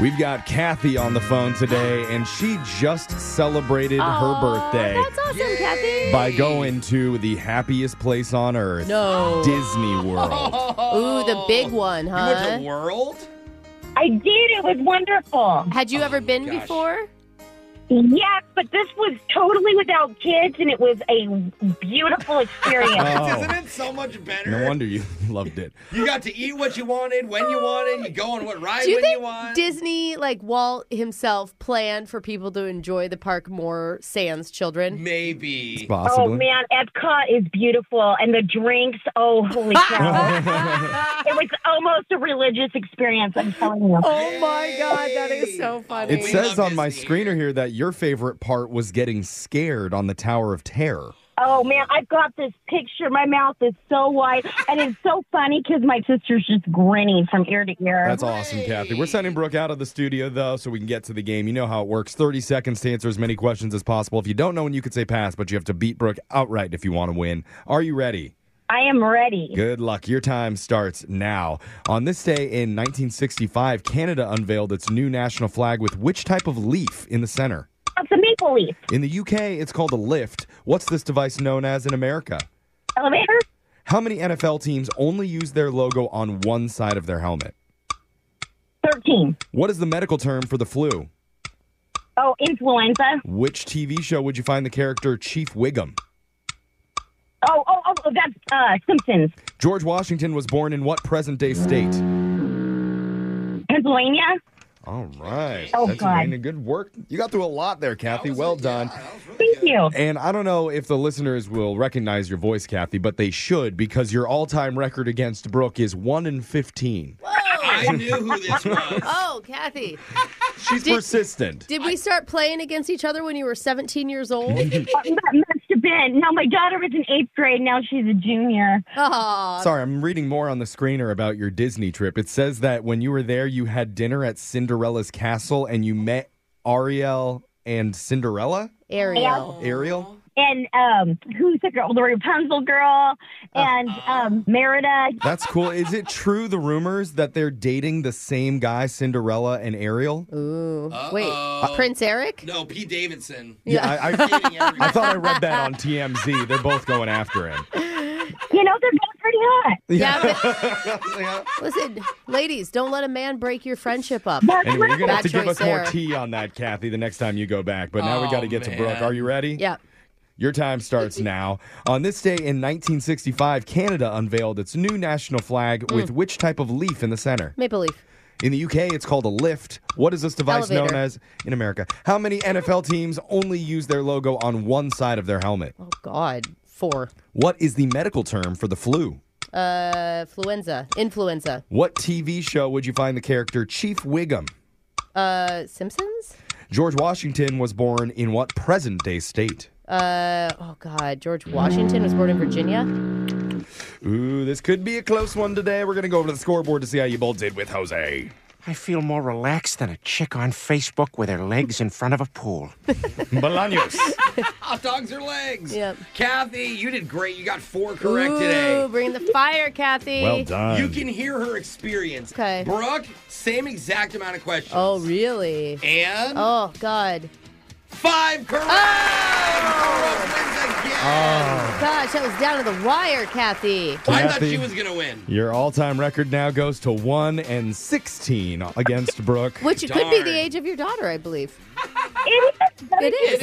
We've got Kathy on the phone today, and she just celebrated her birthday That's awesome, Kathy. by going to the happiest place on earth, No. Disney World. Ooh, the Oh. big one, huh? world? I did. It was wonderful. Had you ever Oh been before? Yes, but this was totally without kids, and it was a beautiful experience. Oh. Isn't it so much better? No wonder you loved it. You got to eat what you wanted, when you wanted, you go on what ride Oh. Do you when think you want. Disney, like Walt himself, planned for people to enjoy the park more, sans children? Maybe. Oh man, Epcot is beautiful, and the drinks. Oh, holy cow! it was almost a religious experience. I'm telling you. Oh my god, that is so funny. It says on my screener here that your favorite part was getting scared on the Tower of Terror. Oh man, I've got this picture. My mouth is so wide, and it's so funny because my sister's just grinning from ear to ear. That's awesome, Kathy. We're sending Brooke out of the studio, though, so we can get to the game. You know how it works 30 seconds to answer as many questions as possible. If you don't know when you could say pass, but you have to beat Brooke outright if you want to win. Are you ready? I am ready. Good luck. Your time starts now. On this day in 1965, Canada unveiled its new national flag with which type of leaf in the center? It's a maple leaf In the UK, it's called a lift. What's this device known as in America? elevator. How many NFL teams only use their logo on one side of their helmet? Thirteen. What is the medical term for the flu? Oh, influenza. Which TV show would you find the character Chief Wiggum? Oh, oh, oh, oh, that's uh, Simpsons. George Washington was born in what present day state? Pennsylvania. All right. Oh, That's God. amazing. Good work. You got through a lot there, Kathy. Well done. Thank you. And I don't know if the listeners will recognize your voice, Kathy, but they should because your all-time record against Brooke is 1 in 15. I knew who this was. Oh, Kathy. She's Did- persistent. Did we start playing against each other when you were 17 years old? That must have been. No, my daughter was in eighth grade. Now she's a junior. Uh, Aw. Sorry, I'm reading more on the screener about your Disney trip. It says that when you were there, you had dinner at Cinderella's castle and you met Ariel and Cinderella? Ariel. Ariel? And um, who's the girl? The Rapunzel girl Uh, and um, Merida. That's cool. Is it true the rumors that they're dating the same guy, Cinderella and Ariel? Ooh. Uh, Wait, Prince Eric? No, P. Davidson. Yeah, I, I, I thought I read that on TMZ. They're both going after him. You know, they're both pretty hot. Yeah. but- listen, ladies, don't let a man break your friendship up. Anyway, you're gonna Bad have to give choice us more there. tea on that, Kathy, the next time you go back. But now we got to Oh, get to Brooke. man. Are you ready? Yeah. Your time starts now. On this day in 1965, Canada unveiled its new national flag Mm. with which type of leaf in the center? Maple Leaf. In the UK, it's called a lift. What is this device Elevator. known as in America? How many NFL teams only use their logo on one side of their helmet? Oh, God. Four. What is the medical term for the flu? Uh, Fluenza. Influenza. What TV show would you find the character Chief Wiggum? Uh, Simpsons? George Washington was born in what present day state? Uh, oh, God. George Washington was born in Virginia. Ooh, this could be a close one today. We're going to go over to the scoreboard to see how you both did with Jose. I feel more relaxed than a chick on Facebook with her legs in front of a pool. Bolaños. Hot dogs are legs. Yep. Kathy, you did great. You got four correct today. Ooh, bring the fire, Kathy. done. You can hear her experience. Okay. Brooke, same exact amount of questions. Oh, really? And Oh, God. Oh, five correct. Brooke wins again. Ah. Gosh, that was down to the wire, Kathy. I thought Kathy. she was gonna win. Your all time record now goes to 1 and 16 against Brooke. Which could be Darn. the age of your daughter, I believe. It is. It is. It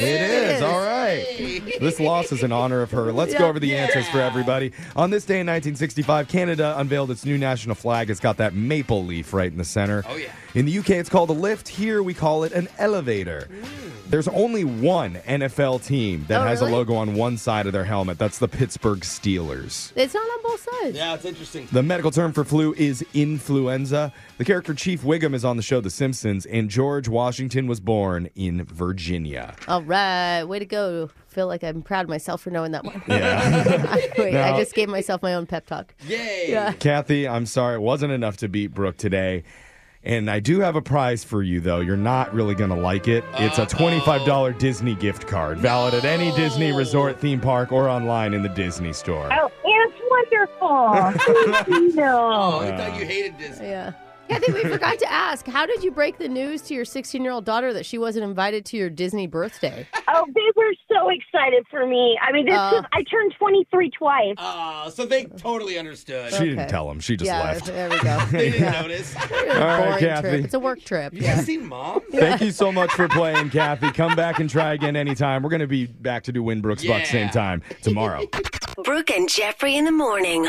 is. All right. This loss is in honor of her. Let's go over the answers for everybody. On this day in 1965, Canada unveiled its new national flag. It's got that maple leaf right in the center. Oh, yeah. In the UK, it's called a lift. Here, we call it an elevator. Mm. There's only one NFL team that Oh, has really? a logo on one side of their helmet. That's the Pittsburgh Steelers. It's not on both sides. Yeah, it's interesting. The medical term for flu is influenza. The character Chief Wiggum is on the show The Simpsons, and George Washington was born in Virginia. All right. Way to go. Feel like I'm proud of myself for knowing that one. Yeah. Wait, Now- I just gave myself my own pep talk. Yay. Kathy, I'm sorry it wasn't enough to beat Brooke today. And I do have a prize for you, though. You're not really going to like it. It's a $25 Disney gift card, valid at any Disney resort, theme park, or online in the Disney store. Oh, it's wonderful. Thank you. Oh, I thought you hated Disney. Yeah. Yeah, I think we forgot to ask. How did you break the news to your 16 year old daughter that she wasn't invited to your Disney birthday? Oh, they were so excited for me. I mean, this Uh. is, I turned 23 twice. Oh, so they totally understood. She didn't tell him. She just yeah, left. there we go. They didn't notice. Really All right, boring Kathy. trip. It's a work trip. You guys seen mom? Thank you so much for playing, Kathy. Come back and try again anytime. We're going to be back to do Win Brooks Buck same Yeah. time tomorrow. Brooke and Jeffrey in the morning.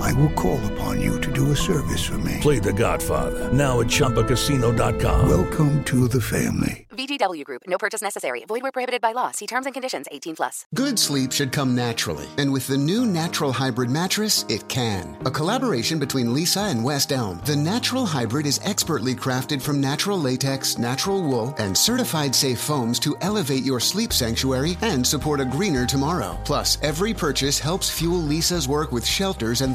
I will call upon you to do a service for me. Play the Godfather now at ChumbaCasino.com. Welcome to the family. VGW Group. No purchase necessary. Void where prohibited by law. See terms and conditions. 18 plus. Good sleep should come naturally, and with the new Natural Hybrid mattress, it can. A collaboration between Lisa and West Elm, the Natural Hybrid is expertly crafted from natural latex, natural wool, and certified safe foams to elevate your sleep sanctuary and support a greener tomorrow. Plus, every purchase helps fuel Lisa's work with shelters and